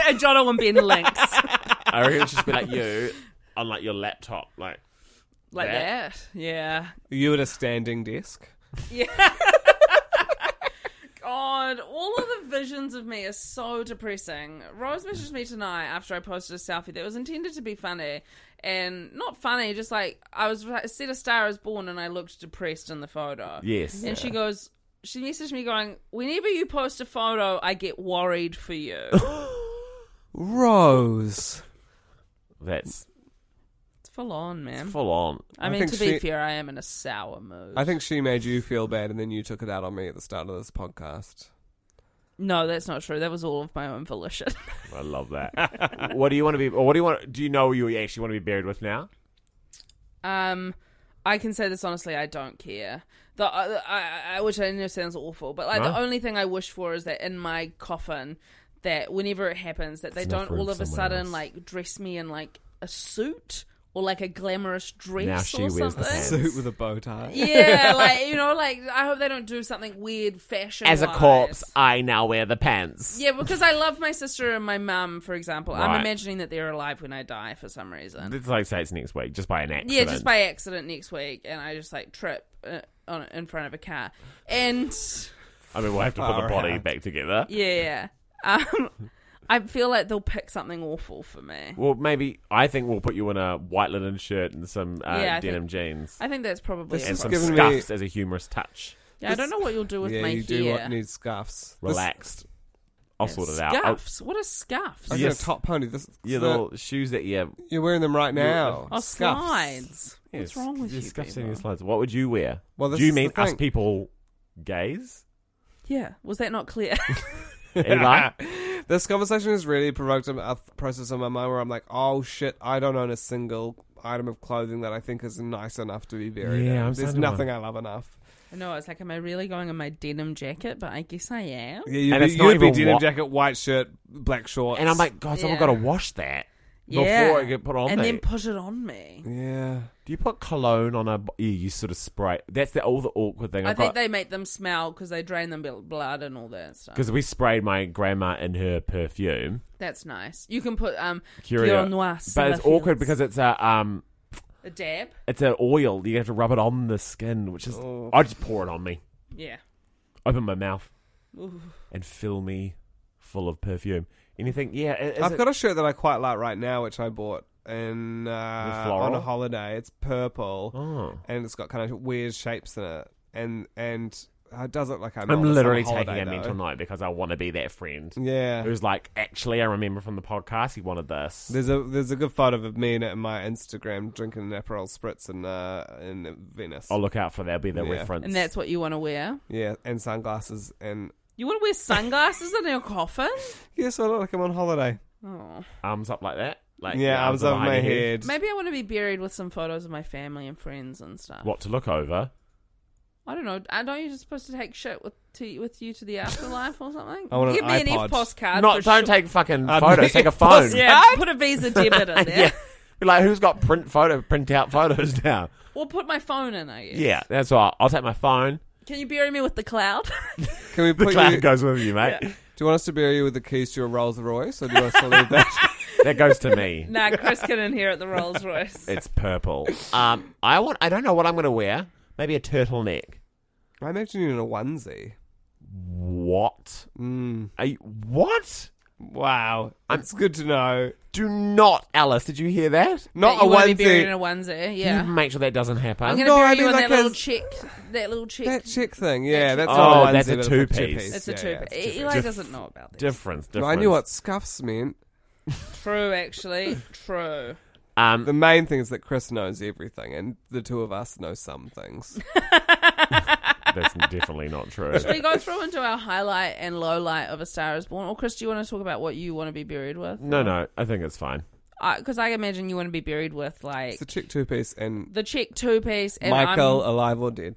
S1: a John Owen Ben links
S3: I reckon it'd just be like you on like your laptop, like
S1: like
S3: That.
S1: that. Yeah,
S2: You at a standing desk.
S1: Yeah. God, all of the visions of me are so depressing. Rose messaged me tonight after I posted a selfie that was intended to be funny and not funny, just like I was I said a star is born and I looked depressed in the photo.
S3: yes.
S1: And she goes, she messaged me going, whenever you post a photo, I get worried for you.
S2: Rose.
S3: That's
S1: it's full on, man.
S3: full on.
S1: I
S2: I
S1: mean,
S2: think
S1: to be
S2: she-
S1: fair, I am in a sour mood.
S2: I think she made you feel bad, and then you took it out on me at the start of this podcast.
S1: no, that's not true. That was all of my own volition.
S3: I love that. what do you want to be? Or what do you want? Do you know what you actually want to be buried with now?
S1: Um, I can say this honestly. I don't care. The uh, I, I, which I know sounds awful, but like
S3: No?
S1: the only thing I wish for is that in my coffin, that whenever it happens, that they don't
S3: enough
S1: all
S3: room
S1: of
S3: for
S1: a
S3: someone
S1: sudden
S3: else.
S1: like dress me in like a suit or like a glamorous dress
S3: Now she
S1: or
S3: wears
S1: something.
S3: the pants.
S2: Suit with a bow tie.
S1: yeah, like you know, like I hope they don't do something weird fashion.
S3: As a corpse, I now wear the pants.
S1: Yeah, because I love my sister and my mum, for example.
S3: Right.
S1: I'm imagining that they're alive when I die for some reason.
S3: It's like say it's next week, just by an accident.
S1: yeah, just by accident next week, and I just like trip uh, on in front of a car, and
S3: I mean, we'll have to put the
S2: Far
S3: body
S2: out.
S3: back together.
S1: yeah, um, I feel like they'll pick something awful for me.
S3: Well, maybe I think we'll put you in a white linen shirt and some uh,
S1: Yeah, I
S3: denim jeans
S1: I think that's probably.
S2: This
S1: it.
S3: and
S2: is
S3: some
S2: giving me-
S3: scuffs as a humorous touch.
S1: yeah, I don't know what you'll do with
S2: yeah,
S1: my
S2: you do
S1: hair.
S2: what need scuffs. This-
S3: Relaxed. I'll sort it out. I'll-
S1: Scuffs. What are scuffs?
S2: I
S1: Oh,
S2: got
S3: Yes.
S2: a top pony. This,
S3: yeah, the
S2: the-
S3: little shoes that you
S2: you're wearing them right now. Scuffs.
S1: Oh, slides. What's
S3: Yeah,
S1: wrong with
S3: you're
S1: you?
S3: scuffing
S1: people?
S3: your slides. What would you wear?
S2: Well, this
S3: do you
S2: is the
S3: mean us
S2: thing.
S3: people gays?
S1: Yeah, was that not clear?
S3: Eli?
S2: This conversation has really provoked a a process in my mind where I'm like, oh shit, I don't own a single item of clothing that I think is nice enough to be buried
S3: Yeah,
S2: in.
S3: I'm
S2: There's
S3: starting to
S2: nothing I love enough.
S1: no, it's like, am I really going in my denim jacket? But I guess I am.
S2: Yeah, you'd
S3: And
S2: be,
S3: it's not
S2: you'd be
S3: even
S2: denim
S3: what-
S2: jacket, white shirt, black shorts.
S3: And I'm like, God, someone
S1: Yeah.
S3: got to wash that
S1: Yeah.
S3: before I get put on.
S1: and
S3: there.
S1: then put it on me.
S2: yeah.
S3: do you put cologne on a? bo- Yeah, you sort of spray. That's the all the awkward thing.
S1: I
S3: I've
S1: think
S3: got
S1: they make them smell because they drain them bl- blood and all that stuff.
S3: because we sprayed my grandma in her perfume.
S1: That's nice. You can put um,
S3: Curio.
S1: Dior Noir
S3: But it's awkward
S1: Sellafields.
S3: because it's a um,
S1: a dab.
S3: it's an oil. You have to rub it on the skin, which is
S2: Oh.
S3: I just oh, pour it on me,
S1: Yeah.
S3: open my mouth,
S1: Ooh.
S3: and fill me full of perfume. Anything? Yeah, i- is
S2: I've
S3: it-
S2: got a shirt that I quite like right now, which I bought in uh,
S3: floral?
S2: on a holiday. It's purple
S3: Oh.
S2: and it's got kind of weird shapes in it, and and it does look like I'm.
S3: I'm
S2: on
S3: literally
S2: some holiday,
S3: taking a
S2: though.
S3: mental note because I want to be that friend
S2: Yeah,
S3: who's like, actually, I remember from the podcast he wanted this.
S2: There's a there's a good photo of me and it in my Instagram drinking an Aperol spritz in uh, in Venice.
S3: I'll look out for that. Be the
S2: Yeah.
S3: reference.
S1: And that's what you want to wear.
S2: Yeah, and sunglasses and
S1: You want to wear sunglasses in your coffin?
S2: yes, I look like I'm on holiday.
S1: Oh.
S3: arms up like that. Like
S2: yeah,
S3: the
S2: arms over
S3: behind
S2: my
S3: your
S2: head.
S1: Maybe I want to be buried with some photos of my family and friends and stuff.
S3: What to look over?
S1: I don't know. I know you're just supposed to take shit with to, with you to the afterlife or something.
S2: I want an
S1: Give me an
S2: iPod.
S1: F postcard.
S3: Not
S1: for
S3: don't
S1: sure.
S3: take fucking
S2: I'd
S3: photos.
S2: make
S3: Take a
S2: it
S3: phone.
S2: possible.
S1: Yeah, put a Visa debit in there.
S3: yeah. Be like, who's got print photo, print out photos now?
S1: Or put my phone in, I guess.
S3: Yeah, that's all. I'll take my phone.
S1: Can you bury me with the cloud?
S2: Can we
S3: The
S2: put
S3: cloud
S2: you?
S3: goes with you, mate.
S2: Do you want us to bury you with the keys to your Rolls Royce, or do you want us to leave that?
S3: That goes to me.
S1: nah, Chris can inherit the Rolls Royce.
S3: It's purple. Um, I want. I don't know what I'm going to wear. Maybe a turtleneck.
S2: I imagine you in a onesie.
S3: What?
S2: Mm.
S3: Are you, what?
S2: Wow, it's good to know.
S3: Do not, Alice. Did you hear that?
S2: Not
S1: That
S2: a
S1: you wanna be buried in
S2: onesie.
S1: a onesie.
S3: Can
S1: Yeah.
S3: you make sure that doesn't happen.
S1: I'm gonna
S2: No,
S1: bury
S2: I
S1: you
S2: mean
S1: in
S2: like
S1: that little
S2: a-
S1: chick. That little chick.
S2: That chick thing, yeah, that's
S1: Oh,
S2: not a onesie.
S3: that's a
S2: but
S3: two-piece.
S1: it's
S2: it's a two-piece.
S1: a
S2: Yeah,
S1: two.
S2: yeah, it's
S1: Eli
S3: Diff-
S1: doesn't know about this.
S3: difference.
S2: Well,
S3: Difference.
S2: I knew what scuffs meant.
S1: True, actually. True.
S3: Um,
S2: The main thing is that Chris knows everything, and the two of us know some things.
S3: that's definitely not true.
S1: Should we go through into our highlight and low light of A Star Is Born? Or Chris, do you want to talk about what you want to be buried with?
S3: No, no. I think it's fine.
S1: Because I imagine you want to be buried with like
S2: It's a chick two-piece and
S1: the chick two piece and
S2: Michael
S1: I'm-
S2: alive or dead.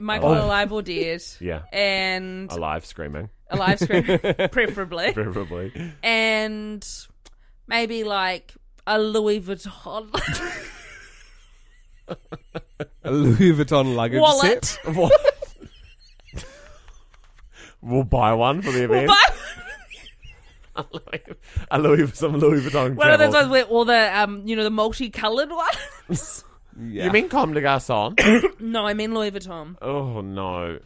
S1: Michael
S3: Oh.
S1: alive or dead.
S3: Yeah.
S1: And
S3: Alive screaming,
S1: a live stream, preferably.
S3: preferably.
S1: And maybe like a Louis Vuitton
S2: A Louis Vuitton luggage
S1: wallet.
S2: set.
S3: What? we'll buy one for the event.
S1: But
S3: a Louis, some Louis Vuitton.
S1: one of those ones
S3: travel.
S1: where all the um, you know, the multicolored ones.
S2: Yeah.
S3: You mean Comme des Garçons?
S1: no, I mean Louis Vuitton.
S3: Oh no!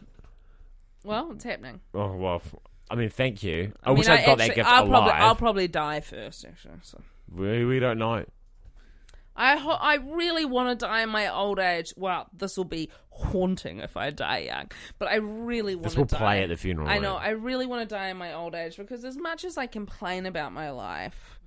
S1: Well, it's happening.
S3: Oh well. f- I mean, thank you. I,
S1: I
S3: wish
S1: mean,
S3: I'd got
S1: actually,
S3: that gift
S1: I'll
S3: alive.
S1: probably, I'll probably die first. Actually, so.
S3: we, we don't know.
S1: I ho- I really want to die in my old age. Well, this will be haunting if I die young, but I really want
S3: This
S1: to
S3: will
S1: die.
S3: play at the funeral.
S1: I know.
S3: right?
S1: I really want to die in my old age because as much as I complain about my life,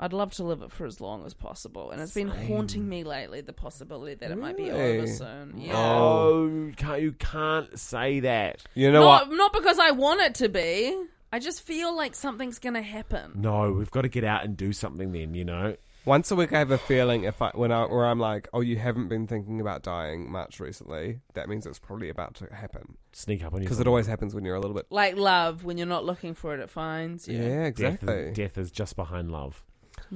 S1: I'd love to live it for as long as possible. And it's been haunting me lately the possibility that it might be over
S2: Really?
S1: soon. Yeah.
S3: Oh, can't, you can't say that.
S2: You know
S1: not
S2: what?
S1: not because I want it to be. I just feel like something's gonna happen.
S3: No, we've got to get out and do something. Then you know.
S2: Once a week, I have a feeling if I when I where I'm like, oh, you haven't been thinking about dying much recently. That means it's probably about to happen
S3: Sneak up on you
S2: because it always happens when you're a little bit.
S1: Like love, when you're not looking for it, it finds you.
S2: Yeah,
S3: death,
S2: exactly.
S3: is, death is just behind love.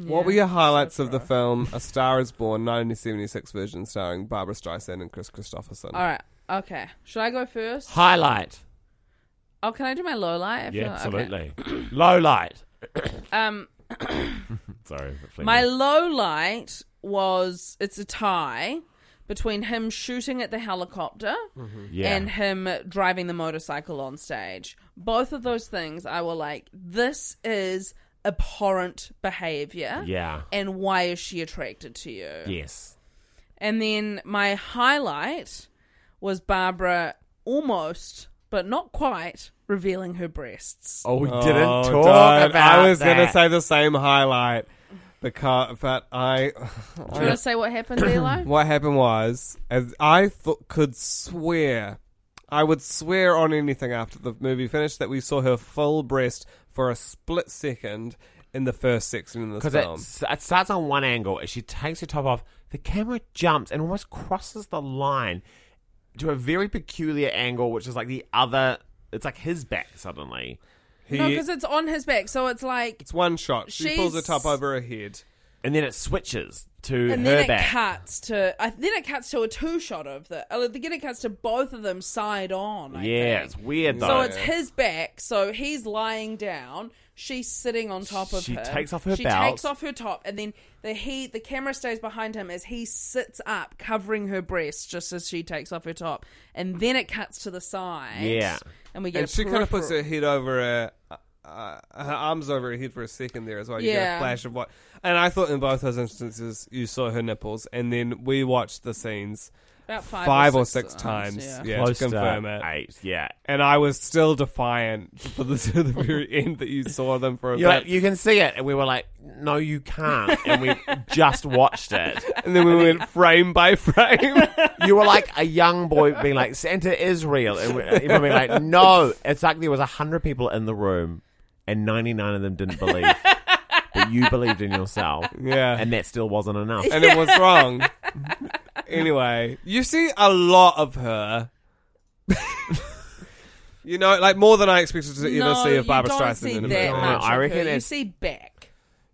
S2: What were your highlights of the film A Star Is Born 1976 version starring Barbara Streisand and Chris Christopherson?
S1: All right. Okay. Should I go first?
S3: Highlight.
S1: Oh, can I do my low light? I feel-
S3: Yeah,
S1: okay.
S3: absolutely. Low light.
S1: Um,
S3: Sorry.
S1: my low light was it's a tie between him shooting at the helicopter
S3: Mm-hmm. yeah.
S1: and him driving the motorcycle on stage. Both of those things, I were like, this is abhorrent behavior.
S3: yeah.
S1: And why is she attracted to you?
S3: Yes.
S1: And then my highlight was Barbara almost, but not quite, revealing her breasts.
S3: Oh, we
S2: Oh,
S3: didn't talk
S2: don't.
S3: about
S2: I was gonna
S3: that.
S2: say the same highlight. Because, but I,
S1: Do you want to say what happened, Delo?
S2: what happened was, as I th- could swear, I would swear on anything after the movie finished that we saw her full breast for a split second in the first section of this
S3: Because
S2: film.
S3: it, it starts on one angle. As she takes her top off, the camera jumps and almost crosses the line to a very peculiar angle, which is like the other. It's like his back suddenly.
S2: He-
S1: no, because it's on his back, so it's like,
S2: it's one shot. She pulls her
S1: She's-
S2: top over her head.
S3: And then it switches to
S1: and
S3: her
S1: then it
S3: back.
S1: cuts to, I then it cuts to a two shot of the, uh, then it cuts to both of them side on. I
S3: yeah,
S1: think.
S3: it's weird though.
S1: So it's his back, so he's lying down. She's sitting on top of
S3: She
S1: her.
S3: takes off her
S1: She
S3: belt.
S1: takes off her top, and then the he the camera stays behind him as he sits up, covering her breast, just as she takes off her top. And then it cuts to the side.
S3: Yeah.
S1: and we get
S2: And
S1: a
S2: she kind of puts
S1: peripheral-
S2: her head over her, uh, her arms over her head for a second there as well. You get
S1: Yeah.
S2: a flash of what. And I thought in both those instances you saw her nipples, and then we watched the scenes
S1: about
S2: five,
S1: five,
S2: or six, times, yeah,
S3: Close
S2: to confirm it.
S3: Eight, yeah.
S2: And I was still defiant for the, to the very end that you saw them for a
S3: You're like,
S2: bit.
S3: you can see it, and we were like, "No, you can't." And we just watched it.
S2: and then we went frame by frame.
S3: You were like a young boy being like, "Santa is real," and we- everyone being like, "No." It's like there was hundred people in the room, and ninety nine of them didn't believe, but you believed in yourself,
S2: yeah.
S3: and that still wasn't enough.
S2: and it was wrong. anyway, you see a lot of her. you know, like more than I expected to ever
S1: No,
S2: see
S1: you
S2: of Barbara
S1: don't
S2: Streisand
S1: see
S2: in a
S1: that
S2: movie.
S3: No,
S1: much
S3: I
S1: of
S3: reckon
S1: her. you
S3: it's-
S1: see back.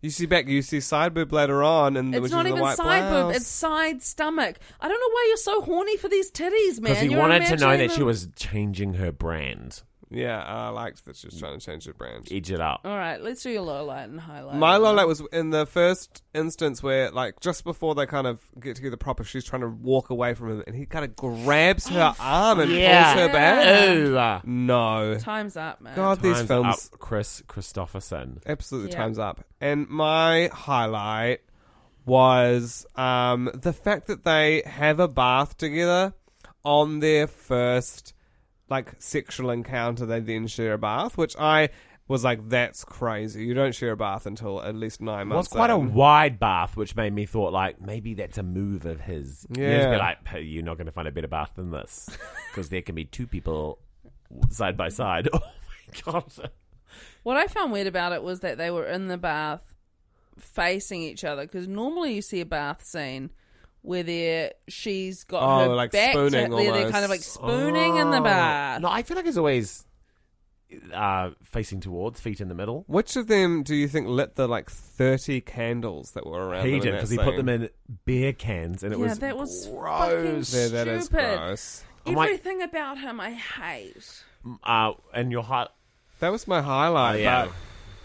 S2: You see back, you see side boob later on, and
S1: It's
S2: which
S1: not
S2: is the
S1: even
S2: white
S1: side
S2: blouse.
S1: boob; it's side stomach. I don't know why you're so horny for these titties, man.
S3: Because he
S1: You're
S3: wanted to know
S1: imagining
S3: that she
S1: them-
S3: was changing her brand,
S2: yeah, I liked that she was trying to change her brand.
S3: edge it up.
S1: All right, let's do your low light and highlight.
S2: My low light was in the first instance where, like, just before they kind of get together proper, she's trying to walk away from him, and he kind of grabs her
S1: Oh,
S2: arm and pulls her back.
S3: Ooh. uh,
S2: No,
S1: Time's up, man.
S2: God, Oh, these
S3: time's
S2: films
S3: up, Chris Christopherson.
S2: absolutely
S1: Yeah.
S2: time's up. And my highlight was um, the fact that they have a bath together on their first like sexual encounter. They then share a bath, which I was like, "That's crazy! You don't share a bath until at least nine
S3: Well, it's
S2: months."
S3: quite a
S2: in.
S3: wide bath, which made me thought like maybe that's a move of his. You know, just
S2: Yeah.
S3: be like "Hey, you're not going to find a better bath than this because there can be two people side by side. Oh my god!
S1: What I found weird about it was that they were in the bath facing each other because normally you see a bath scene where they're, she's got
S2: Oh,
S1: her
S2: like
S1: back to-
S2: spooning
S1: where they're kind of like
S2: almost.
S1: spooning in the
S3: Oh.
S1: bath.
S3: No, I feel like it's always uh, facing towards, feet in the middle.
S2: Which of them do you think lit the like thirty candles that were around?
S3: he
S2: them in
S3: did
S2: that
S3: because he put
S2: scene?
S3: them in beer cans, and it
S1: yeah,
S3: was
S1: that was fucking
S3: gross.
S2: Yeah,
S1: stupid.
S2: that is gross.
S3: I'm like-
S1: Everything about him I hate.
S3: Uh, and your heart.
S2: That was my highlight,
S3: Oh, yeah.
S2: but-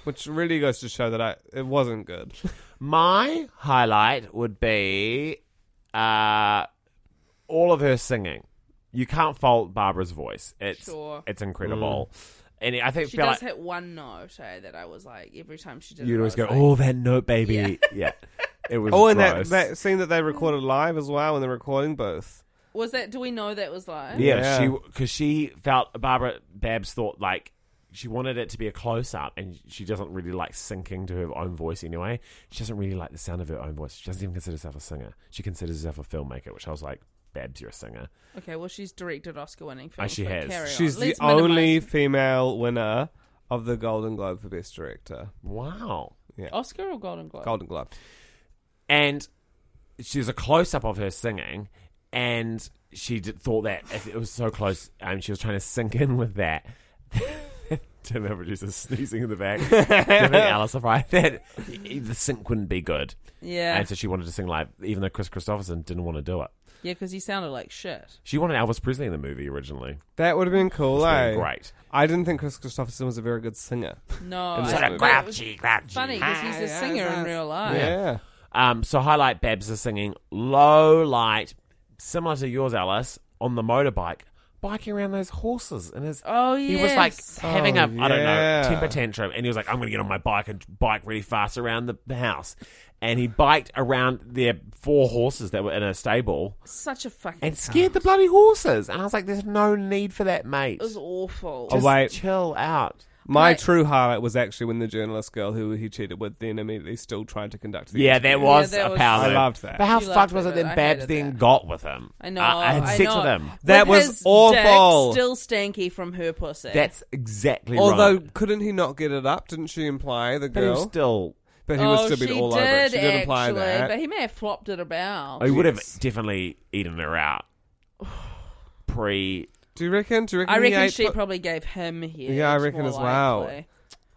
S2: which really goes to show that I it wasn't good.
S3: My highlight would be uh, all of her singing. You can't fault Barbara's voice. It's
S1: Sure.
S3: it's incredible, and I think
S1: She
S3: feel
S1: does
S3: like
S1: hit one note eh, that I was like, every time she did it,
S3: you'd
S1: I
S3: always go,
S1: was like,
S3: "Oh, that note, baby." Yeah, it was.
S2: Oh, and that,
S3: gross.
S2: that scene that they recorded live as well in the recording booth.
S1: Was that, do we know that was live?
S3: yeah,
S2: Yeah.
S3: she because she felt Barbara Babs thought like she wanted it to be a close up, and she doesn't really like syncing to her own voice anyway. She doesn't really like the sound of her own voice. She doesn't even consider herself a singer. She considers herself a filmmaker, which I was like, "Babs, you're a singer."
S1: Okay, well, she's directed Oscar winning films.
S3: Ah, she
S1: but
S3: has.
S1: carry on.
S2: She's
S1: Let's
S2: the only
S1: minimise-
S2: female winner of the Golden Globe for Best Director.
S3: Wow.
S1: Oscar or Golden Globe?
S2: Golden Globe.
S3: and she's a close up of her singing, and she did, thought that if it was so close, um, she was trying to sink in with that. Tim, our producer, is sneezing in the back, giving Alice a fright that the sync wouldn't be good.
S1: Yeah.
S3: And so she wanted to sing live, even though Chris Christopherson didn't want to do it.
S1: Yeah, because he sounded like shit.
S3: She wanted Elvis Presley in the movie originally.
S2: That would have been cool, eh?
S3: Been great.
S2: I didn't think Chris Christopherson was a very good singer.
S1: No.
S2: And
S1: I-
S2: sort
S3: Sort
S2: of
S3: of grouchy, grouchy.
S1: funny because he's a singer in real life.
S2: Yeah.
S3: Um, so highlight Babs is singing low light, similar to yours, Alice, on the motorbike, biking around those horses, and his
S1: Oh,
S3: he was like
S1: yes.
S3: having a I don't know
S2: Oh, yeah.
S3: temper tantrum, and he was like, I'm going to get on my bike and bike really fast around the, the house, and he biked around their four horses that were in a stable
S1: Such a fucking.
S3: and scared the bloody horses, and I was like, there's no need for that, mate.
S1: it was awful.
S2: Oh,
S3: Just
S2: wait.
S3: chill out.
S2: My
S1: Like-
S2: true highlight was actually when the journalist girl who he cheated with then immediately still tried to conduct the
S3: Yeah,
S2: interview.
S3: that was
S1: that
S3: a
S1: was-
S3: power.
S2: I
S3: move.
S2: loved that.
S3: But how
S1: You
S3: fucked
S1: loved
S3: was
S1: it,
S3: it then?
S1: but I
S3: Babs
S1: hated
S3: then
S1: that.
S3: got with him.
S1: I know.
S3: Uh, I had
S1: I
S3: sex
S1: know.
S3: with him.
S2: That
S1: With
S2: was
S1: his
S2: awful.
S1: Dick still stanky from her pussy.
S3: That's exactly
S2: Although,
S3: right.
S2: couldn't he not get it up? Didn't she imply the
S3: But he was
S2: girl?
S3: still.
S2: But he
S1: oh,
S2: was still
S1: she
S2: being all
S1: did
S2: over it. She did
S1: actually,
S2: imply that.
S1: but he may have flopped it about.
S3: I would have
S2: Jeez.
S3: definitely eaten her out. Pre.
S2: Do you reckon? Do you reckon?
S1: I
S2: he
S1: reckon
S2: ate
S1: she
S2: put-
S1: probably gave him here.
S2: Yeah, I
S1: it's
S2: reckon
S1: more
S2: as well.
S1: likely.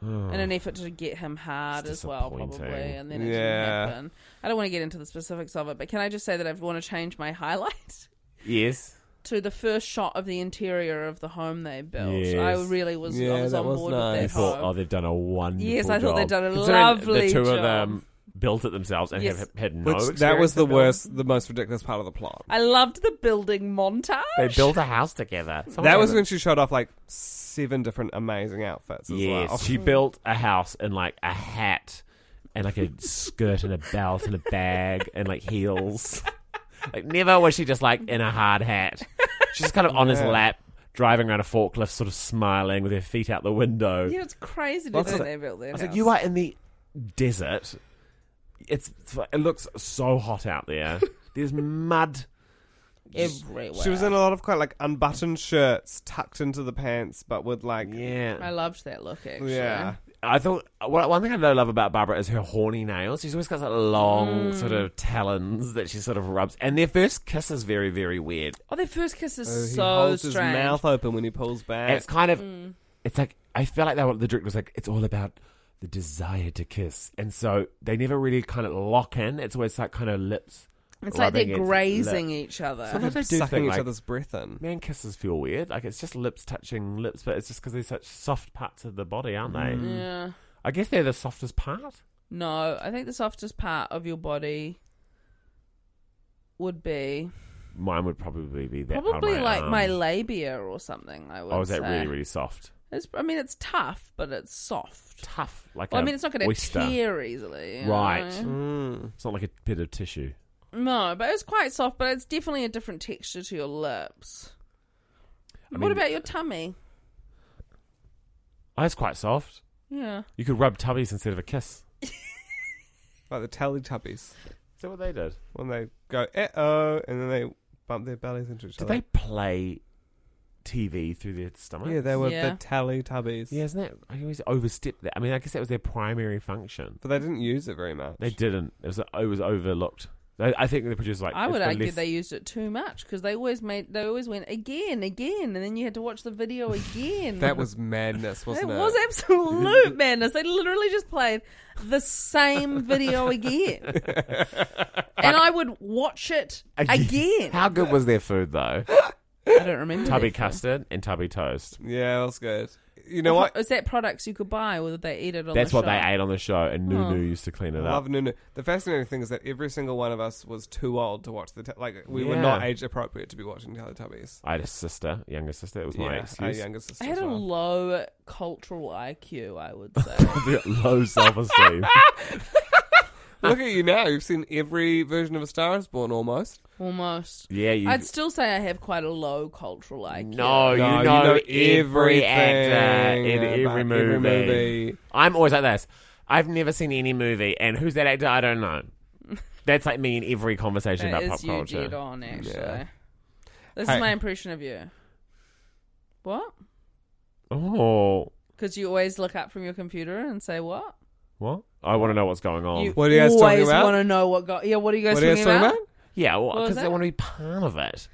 S1: In an effort to get him hard
S3: It's
S1: as well, probably,
S3: disappointing.
S1: and then it
S2: Yeah.
S1: didn't happen. I don't want to get into the specifics of it, but can I just say that I want to change my highlight
S3: Yes.
S1: to the first shot of the interior of the home they built? I
S3: Yes.
S1: really was, I
S2: Yeah,
S1: was
S2: that
S1: on
S2: was
S1: board
S2: nice.
S3: I
S1: with that
S3: thought,
S1: home.
S3: oh, they've done a wonderful
S1: Yes, I thought
S3: job.
S1: they'd done a
S3: Considering
S1: lovely
S3: The two
S1: job.
S3: of them built it themselves and
S1: Yes.
S3: have had no
S2: Which that
S3: experience
S2: was the
S3: in building.
S2: worst, the most ridiculous part of the plot.
S1: I loved the building montage.
S3: They built a house together. Someone
S2: That
S3: gave
S2: was
S3: them-
S2: when she showed off like seven different amazing outfits as
S3: Yes,
S2: well.
S3: she built a house in like a hat and like a skirt and a belt and a bag and like heels. Like never was she just like in a hard hat. She's kind of on his
S2: Yeah.
S3: lap, driving around a forklift, sort of smiling with her feet out the window.
S1: Yeah, it's crazy to
S3: Lots
S1: think
S3: of-
S1: they built their
S3: I was like,
S1: house.
S3: you are in the desert. It's it looks so hot out there. There's mud.
S1: everywhere.
S2: She was in a lot of quite like unbuttoned shirts tucked into the pants, but with like
S3: Yeah,
S1: I loved that look actually.
S2: yeah.
S3: I thought what, one thing I love about Barbara is her horny nails. She's always got that
S1: Mm.
S3: long sort of talons that she sort of rubs, and their first kiss is very, very weird.
S1: Oh, their first kiss is
S2: Oh, he
S1: so
S2: holds
S1: strange.
S2: his mouth open when he pulls back.
S3: And it's kind of,
S1: mm.
S3: it's like I feel like that what the director was like. It's all about the desire to kiss, and so they never really kind of lock in. It's always like kind of lips.
S1: It's like
S3: rubbing
S1: they're
S3: its
S1: grazing
S3: lip.
S1: each other.
S3: So they do
S2: sucking
S3: think,
S2: each
S3: like,
S2: other's breath in.
S3: Man, kisses feel weird. Like it's just lips touching lips, but it's just because they're such soft parts of the body, aren't they?
S1: yeah.
S3: I guess they're the softest part.
S1: No, I think the softest part of your body would be
S3: Mine would probably be that. um, part of
S1: probably like my
S3: arm.
S1: labia or something. I would
S3: Oh, is that
S1: say.
S3: really really soft?
S1: It's, I mean, it's tough, but it's soft.
S3: tough. Like
S1: Well,
S3: a
S1: I mean, it's not going to
S3: oyster.
S1: tear easily, you
S3: Right.
S1: know?
S2: Mm.
S3: It's not like a bit of tissue.
S1: No, but it's quite soft. But it's definitely a different texture to your lips.
S3: I
S1: what
S3: mean-
S1: about your tummy?
S3: Oh, it's quite soft.
S1: Yeah.
S3: You could rub tubbies instead of a kiss.
S2: Like the Teletubbies
S3: Is that what they did?
S2: when they go eh oh, and then they bump their bellies into each
S3: Did
S2: other.
S3: they play TV through their stomach?
S2: Yeah, they were
S1: Yeah.
S2: the Teletubbies.
S3: Yeah, isn't that? I always overstep that. I mean, I guess that was their primary function.
S2: but they didn't use it very much.
S3: They didn't. It was. It was overlooked. I, I think the producers like.
S1: I
S3: if
S1: would
S3: the
S1: argue
S3: less-
S1: they used it too much because they always made they always went again, again, and then you had to watch the video again.
S2: That was madness,
S1: it
S2: wasn't it?
S1: was absolute madness. They literally just played the same video again, and I would watch it again.
S3: How good was their food though?
S1: I don't remember.
S3: tubby
S1: that.
S3: custard and tubby toast.
S2: yeah, it was good. You know what?
S1: Is that products you could buy, or did they eat it on?
S3: That's
S1: the
S3: what they
S1: show?
S3: ate on the show, and Nunu used to clean it
S2: I
S3: up.
S2: Love Nunu. The fascinating thing is that every single one of us was too old to watch the te- like we were
S3: Yeah.
S2: not age appropriate to be watching Teletubbies.
S3: I had a sister, younger sister. That was my
S2: Yeah, our
S3: excuse.
S2: younger sister.
S1: I had
S2: as
S1: a
S2: well.
S1: low cultural IQ, I would say.
S3: Low self-esteem.
S2: Look at you now. You've seen every version of A Star Is Born almost.
S1: Almost.
S3: yeah, you.
S1: I'd still say I have quite a low cultural IQ.
S3: No, Oh, you,
S2: No,
S3: know every actor in
S2: everything
S3: every
S2: about
S3: movie. I'm always like this. I've never seen any movie, and who's that actor? I don't know. That's like me in every conversation
S1: That
S3: about pop
S1: is you
S3: culture.
S1: dead on, actually.
S2: Yeah.
S1: This
S2: Hey.
S1: is my impression of you. What?
S3: Oh,
S1: Because you always look up from your computer and say what?
S3: what? I want to know what's going on.
S1: You
S2: What are you guys talking
S1: always
S2: about?
S1: want to know what go Yeah, what are you guys
S2: What are you
S1: talking
S2: guys
S1: about?
S2: talking about?
S3: yeah,
S1: What was
S3: because I
S1: that?
S3: want to be part of it.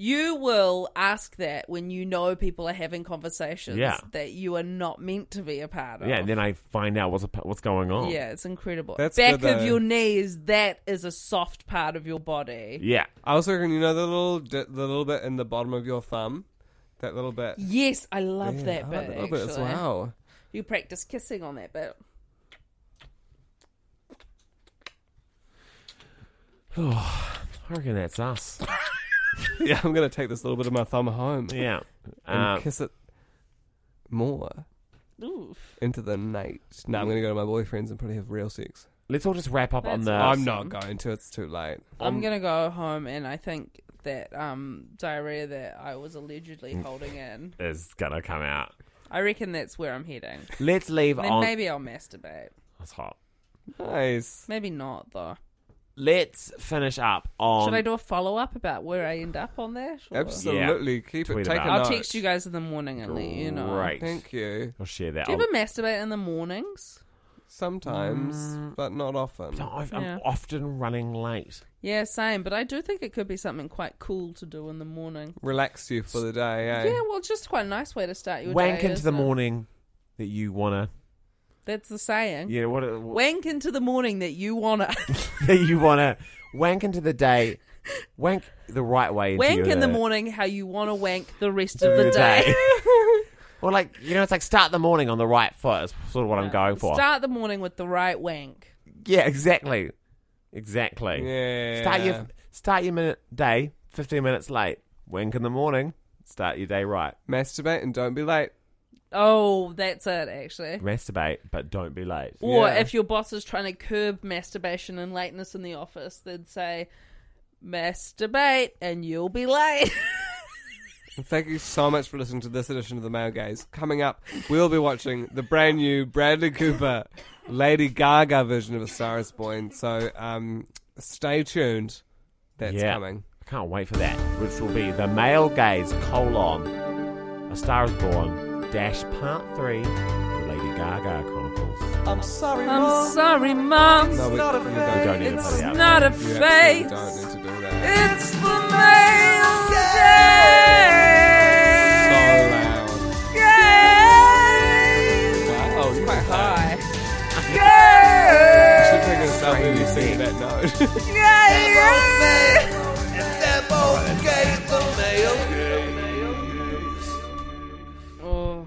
S1: You will ask that when you know people are having conversations
S3: Yeah.
S1: that you are not meant to be a part of.
S3: Yeah, and then I find out what's what's going on.
S1: Oh. Yeah, it's incredible.
S2: That's
S1: Back
S2: good,
S1: of
S2: though.
S1: your knees, that is a soft part of your body.
S3: yeah.
S2: I was reckon you know the little di- the little bit in the bottom of your thumb, that little bit.
S1: Yes, I love
S2: Yeah,
S1: that
S2: I
S1: bit.
S2: like that little bit as
S1: actually.
S2: well.
S1: You practice kissing on that bit.
S3: I reckon that's us.
S2: Yeah, I'm gonna take this little bit of my thumb home
S3: Yeah.
S2: and
S3: Um,
S2: kiss it more
S1: Oof.
S2: into the night. Now I'm gonna go to my boyfriend's and probably have real sex.
S3: let's all just wrap up on
S1: That's
S3: the.
S2: I'm not going to. It's too late.
S1: I'm gonna go home, and I think that um, diarrhea that I was allegedly
S2: Mm.
S1: holding in,
S3: Is gonna come out.
S1: I reckon that's where I'm heading.
S3: Let's leave
S1: Then
S3: on.
S1: maybe I'll masturbate.
S3: That's hot.
S2: Nice.
S1: Maybe not though.
S3: Let's finish up on.
S1: Should I do a follow up about where I end up on that? or-
S2: Absolutely. Keep
S3: Tweet
S2: it. Take a
S3: about
S1: I'll
S2: note.
S1: text you guys in the morning and let you know.
S3: Great.
S2: Thank you.
S3: I'll share that.
S1: Do you
S3: I'll-
S1: ever masturbate in the mornings?
S2: Sometimes,
S3: Mm.
S2: but not often.
S3: No, I've- I'm
S1: Yeah.
S3: often running late.
S1: Yeah, same. But I do think it could be something quite cool to do in the morning.
S2: Relax you for the day. Eh?
S1: Yeah, well, it's just quite a nice way to start your
S3: Wank
S1: day.
S3: into the
S1: isn't it?
S3: morning that you wanna.
S1: That's the saying.
S3: You know what?
S1: Wank into the morning that you wanna.
S3: that you wanna wank into the day. Wank the right way. Into
S1: wank
S3: your
S1: in the
S3: day.
S1: morning how you wanna wank the rest of the day.
S3: Well, like you know, it's like start the morning on the right foot. Is sort of what I'm going for.
S1: Start the morning with the right wank.
S3: Yeah, exactly, exactly.
S2: Yeah.
S3: Start your start your minute day fifteen minutes late. Wank in the morning. Start your day right.
S2: masturbate and don't be late.
S1: Oh, that's it actually.
S3: Masturbate, but don't be late.
S1: Or
S2: Yeah.
S1: if your boss is trying to curb masturbation and lateness in the office, they'd say, masturbate and you'll be late.
S2: And Thank you so much for listening to this edition of the Male Gaze. Coming up, we'll be watching the brand new Bradley Cooper, Lady Gaga version of A Star Is Born. So um, stay tuned. That's
S3: yeah.
S2: coming.
S3: I can't wait for that. Which will be the male gaze colon, a star is born dash part three, the Lady Gaga chronicles.
S4: I'm sorry,
S1: I'm sorry, mom.
S2: No, we,
S4: not a
S2: you
S3: We
S4: fair.
S2: don't,
S3: don't need to put
S1: it's
S3: it out.
S1: not a
S2: you
S1: face.
S2: absolutely don't need to do that.
S1: It's the male gaze.
S2: So loud.
S1: Gaze.
S2: Wow, you might high.
S1: Hi.
S2: Should take a selfie when you sing that note.
S1: Oh.